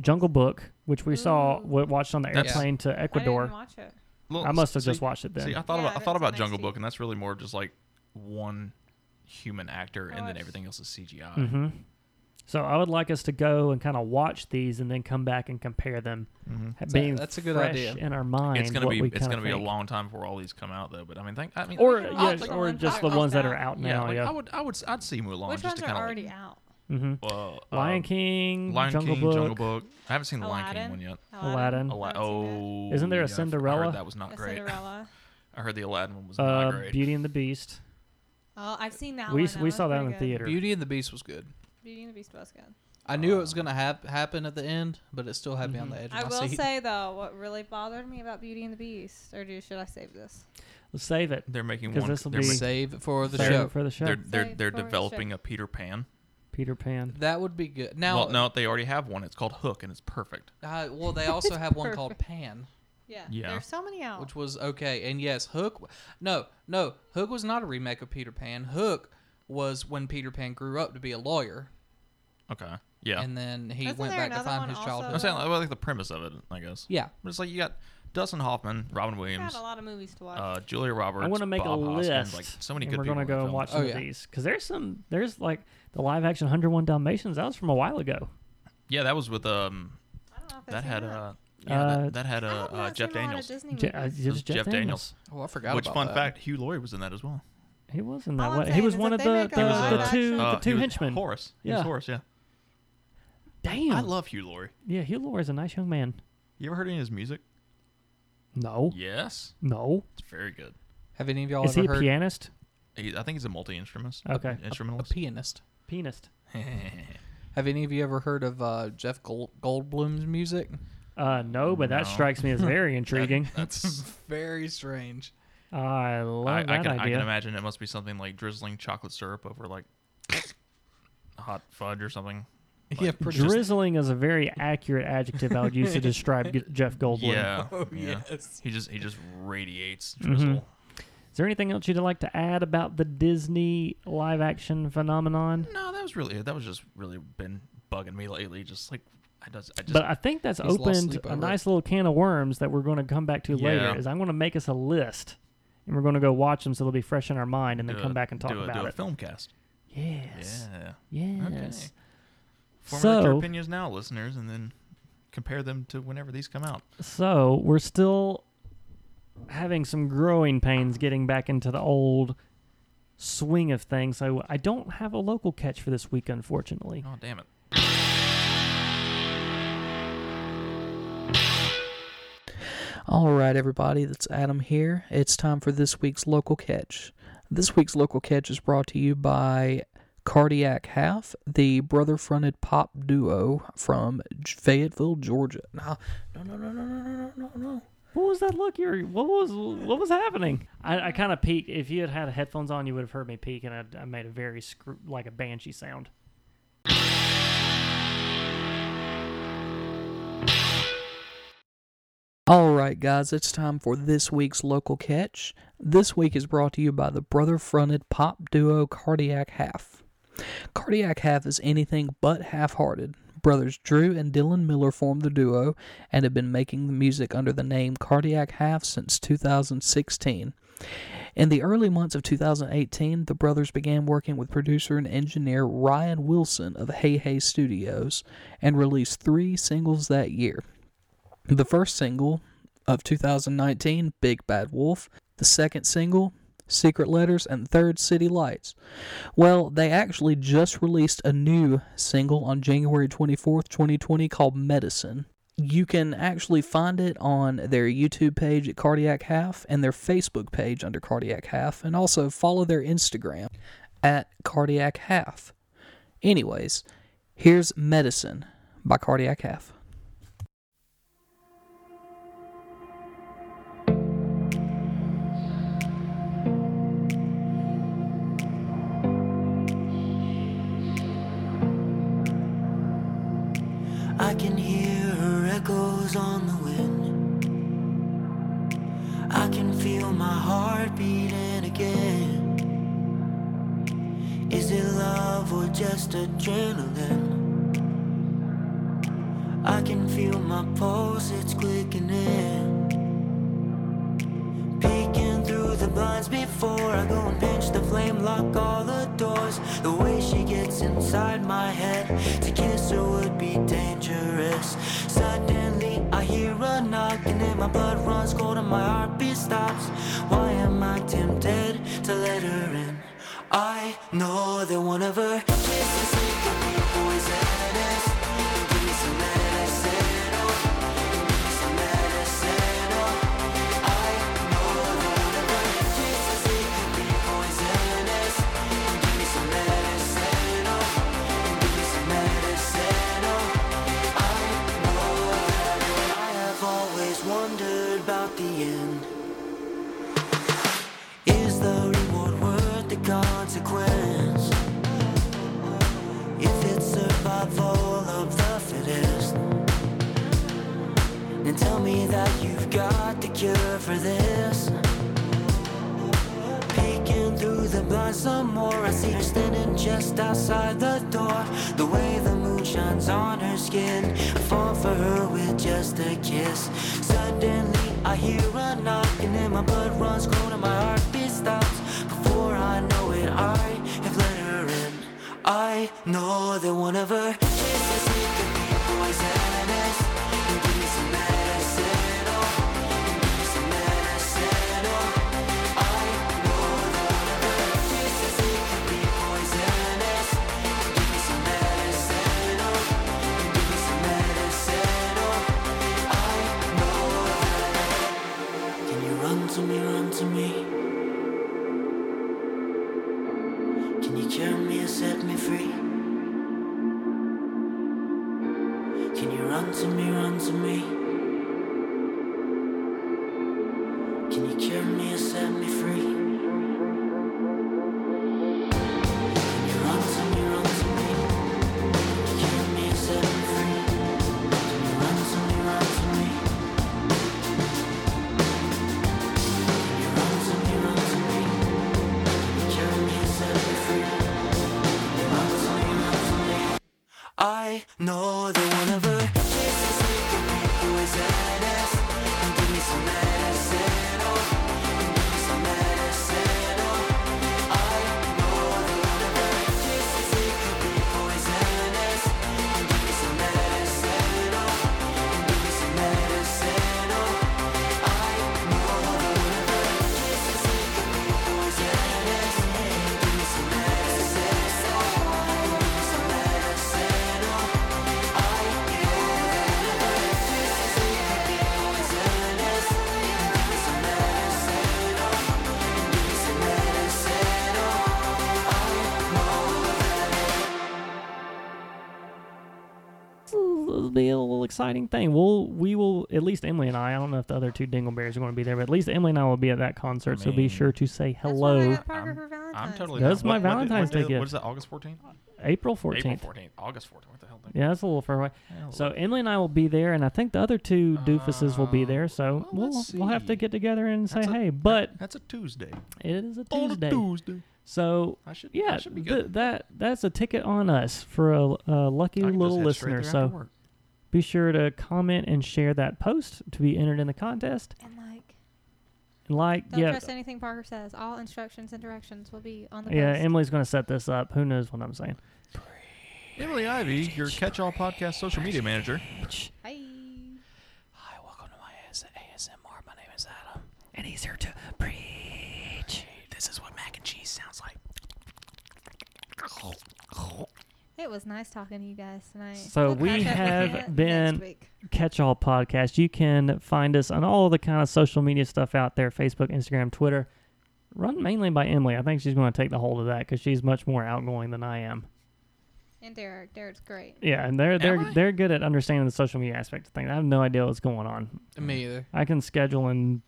Jungle Book, which we saw Ooh. we watched on the That's- airplane to I didn't Ecuador. watch it. I, Well, must have see- just watched it then. See, I thought Yeah, about I that's thought about what I Jungle see. Book, and that's really more just like one human actor, I and then watched- everything else is CGI. hmm So I would like us to go and kind of watch these and then come back and compare them, Mhm. ha- That- being that's a good fresh idea. in our mind. It's gonna what be we it's kinda gonna be a think. long time before all these come out, though. But I mean, think I mean, or We can yeah, watch the or ones just that the are ones that are out out. yeah, now. like, Yeah, I would I would s- I'd see Mulan Which just ones to are kind of already like, out? hmm well, Lion um, King, Lion Jungle King, Book, Jungle Book. I haven't seen the Lion King Aladdin? one yet. Aladdin. Ala- I haven't seen oh, Isn't there a yeah, I've- I Cinderella? heard that was it. not The great. Cinderella. I heard the Aladdin one was not uh, great. Beauty and the Beast. Oh, I've seen that we one. s- That we one's saw that pretty in the good. theater. Beauty and the Beast was good. Beauty and the Beast was good. I knew it Uh, was gonna hap- happen at the end, but it still had me on mm-hmm. Mhm. the edge of I my will seat. say though, what really bothered me about Beauty and the Beast, or do should I save this? Let's save it. They're making 'Cause one. this'll They're, be- making- Save it for the Save show. it for the show. they're they're Save they're for the show. developing a Peter Pan. Peter Pan. That would be good. Now, well, no, they already have one. It's called Hook, and it's perfect. uh, well, they also have one called Pan, Yeah. Yeah. There's so many out. which was okay. And yes, Hook. w- No, no, Hook was not a remake of Peter Pan. Hook was when Peter Pan grew up to be a lawyer, Okay. Yeah. and then he Isn't went there back to another find one his also I'm childhood. saying like, well, like the premise of it, I guess. Yeah, But it's like you got Dustin Hoffman, Robin I Williams, got a lot of movies to watch. uh, Julia Roberts. I want to make Bob a Hoskins, list. Like so many and good we're people. gonna in go the and film. watch Oh, some yeah. of these because there's some. There's like the live action 101 Dalmatians. That was from a while ago. Yeah, that was with um I don't know if I've that seen had that. uh yeah Uh, that, that had uh, I have uh Jeff not seen a lot of Daniels. Disney Je- uh, movies. it was Jeff Daniels. oh, I forgot. Which about fun that. fact, Hugh Laurie was in that as well. He was in that. All I'm What? He saying was is one of if the they the, make the, a live two action- the Uh, two he was henchmen. Horace. He was Yeah. Horace. Yeah. Damn. I love Hugh Laurie. yeah, Hugh Laurie's a nice young man. You ever heard any of his music? No, Yes, no. it's very good. Have any of y'all Is he a ever Oh, heard pianist? He, I think he's a multi instrumentist. Okay. a Instrumentalist. pianist? Pianist. Have any of you ever heard of uh, Jeff Gold- Goldblum's music? Uh, no, but No. that strikes me as very intriguing. That's Very strange. I love I, I that can I idea. can imagine it must be something like drizzling chocolate syrup over like hot fudge or something. yeah, Like, pretty Drizzling is a very accurate adjective I would use to describe G- Jeff Goldblum. Yeah. Oh yeah. yes. He just he just radiates Mm-hmm. drizzle. Is there anything else you'd like to add about the Disney live action phenomenon? No, that was really it. That was just really been bugging me lately. Just like I just I just But I think that's He's lost opened sleep a over it. nice little can of worms that we're going to come back to Yeah. later. Is I'm going to make us a list, and we're going to go watch them so they'll be fresh in our mind, and then do come a- back and talk do a, about do a it. film cast. Yes, Yeah. yes. Formulate your So- opinions now, listeners, and then compare them to whenever these come out. So we're still having some growing pains getting back into the old swing of things. So I don't have a local catch for this week, unfortunately. Oh damn it. All right, everybody, that's Adam here. It's time for this week's local catch. This week's local catch is brought to you by Cardiac Half, the brother fronted pop duo from J- Fayetteville, Georgia. Nah, No, no, no, no, no, no, no, no, no. What was that look? You were, what was what was happening? I, I kind of peeked. If you had had headphones on, you would have heard me peek, and I, I made a very screw, like a banshee sound. All right, guys, it's time for this week's local catch. This week is brought to you by the brother fronted pop duo Cardiac Half. Cardiac Half is anything but half hearted. Brothers Drew and Dylan Miller formed the duo and have been making the music under the name Cardiac Half since 2016. In the early months of 2018, the brothers began working with producer and engineer Ryan Wilson of Hey Hey Studios and released three singles that year. The first single of 2019, Big Bad Wolf. The second single, Secret Letters. And third, City Lights. Well, they actually just released a new single on January 24th, 2020, called Medicine. You can actually find it on their YouTube page at Cardiac Half and their Facebook page under Cardiac Half, and also follow their Instagram at Cardiac Half. Anyways, here's Medicine by Cardiac Half. I can hear her echoes on the wind. I can feel my heart beating again. Is it love or just adrenaline? I can feel my pulse, it's quickening. Peeking through the blinds before I go and pinch the flame, lock all the doors. The way she gets inside my head, to kiss her would be dangerous. Suddenly I hear a knock, and then my blood runs cold and my heartbeat stops. Why am I tempted to let her in? I know that one of her kisses it could be poisonous. Give me some medicine, oh. Give me some medicine, oh. I know that one of her kisses it could be poisonous. Give me some medicine, oh. Give me some medicine, oh. I know that I have always wondered about the end. Is the reward worth the consequence? If it's survival of the fittest, then tell me that you've got the cure for this. Peeking through the blinds some more, I see her standing just outside the door. The way the moon shines on her skin, I fall for her with just a kiss. Suddenly, I hear a knock, and then my blood runs cold and my heartbeat stops. Before I know it, I have let her in. I know that one of her kisses it could be poisonous. Give me some medicine, oh. Give me some medicine, oh. I know that one of her kisses it could be poisonous. Give me some medicine, oh. Give me some medicine, oh. I know that. Can you run to me, run to me? Can you cure me and set me free? Can you run to me, run to me? Can you cure me and set me free? Can you run to me, run to me? Can you cure me and set me free? Can you run to me, run to me? Can you run to me, run to me? Can you cure me and set me free? Can you run to me, run to me? I know that one of her kisses it could be poisonous. Give me some medicine, oh. Give me some medicine, oh. I know that one of her kisses it could be poisonous. Give me some medicine, oh. Give me some medicine, oh. I know that one of her kisses it could be poisonous. Give me some medicine, oh. Give me some medicine, oh. I know that one of her It'll be a little exciting thing. We'll we will at least Emily and I. I don't know if the other two Dingleberries are going to be there, but at least Emily and I will be at that concert. so be mean, sure to say That's what I hello. got Parker for Valentine's. I'm totally. That's down. my What- what did- Valentine's what did- Day gift. What is that? August 14th. April fourteenth. April Oh, 14th. August 14th. What the hell? Yeah, that's a little far away. Hell. So Emily and I will be there, and I think the other two doofuses will be there. So Uh, well, we'll we'll, let's have to see. get together and say That's a- hey. But That's a Tuesday. it is a On a Tuesday, Tuesday. so I should. yeah, I should be th- good. that that's a ticket on us for a, a lucky I can just little head straight listener. there after So work. be sure to comment and share that post to be entered in the contest. And like, And like, don't yeah, trust anything Parker says. All instructions and directions will be on the yeah, post. Emily's gonna set this up. Who knows what I'm saying? Emily Ivy, your catch-all podcast social media manager. Hey. Hi, welcome to my ASMR. My name is Adam. And he's here to preach. This is what mac and cheese sounds like. It was nice talking to you guys tonight. So We'll we catch up have again been- next week. Catch All Podcast. You can find us on all the kind of social media stuff out there Facebook, Instagram, Twitter. Run mainly by Emily. I think she's going to take the hold of that because she's much more outgoing than I am. and Derek. Derek's great. Yeah, and they're they're Am I? they're good at understanding the social media aspect of things. I have no idea what's going on. Me either. I can schedule and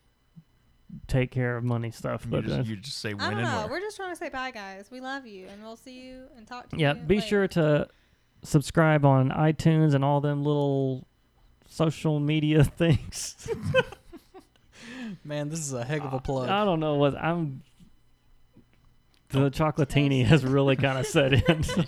take care of money stuff, You but uh, just, you just say I when don't and know. where. We're just trying to say bye, guys. We love you, and we'll see you and talk to yeah, you. be later. sure to subscribe on iTunes and all them little social media things. Man, this is a heck of a plug. I don't know what I'm. The chocolatini has really kind of set in. so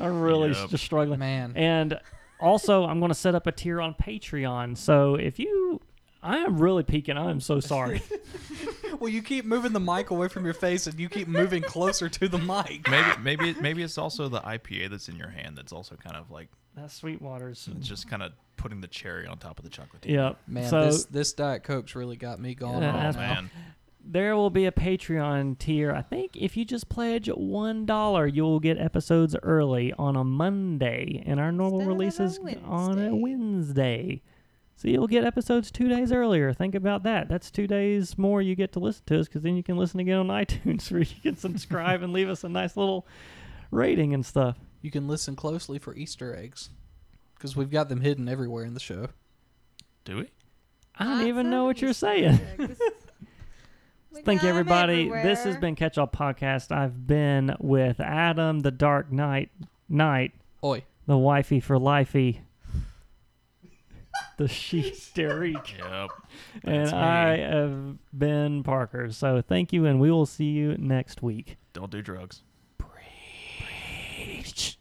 I'm really Yep. just struggling. Man, And also, I'm going to set up a tier on Patreon. So if you, I am really peeking. I am so sorry. well, you keep moving the mic away from your face, and you keep moving closer to the mic. Maybe maybe it- maybe it's also the IPA that's in your hand that's also kind of like That's Sweetwater's. it's just kind of putting the cherry on top of the chocolate. Yep. Man, so this this diet coke's really got me going. Yeah, Oh that's- on. man. there will be a Patreon tier. I think if you just pledge one dollar, you'll get episodes early on a Monday, and our normal Instead of release a is on a Wednesday. Wednesday. So you'll get episodes two days earlier. Think about that. That's two days more you get to listen to us, because then you can listen again on iTunes, where you can subscribe and leave us a nice little rating and stuff. You can listen closely for Easter eggs, because we've got them hidden everywhere in the show. Do we? I don't Lots even of know what you're Easter saying. eggs. We Thank got 'em you, everybody. This has everywhere. been Catch All Podcast. I've been with Adam, the Dark Knight, Knight, Oi, the Wifey for Lifey, the She Derek, Yep. and That's me. I have been Parker. So thank you, and we will see you next week. Don't do drugs. Peace.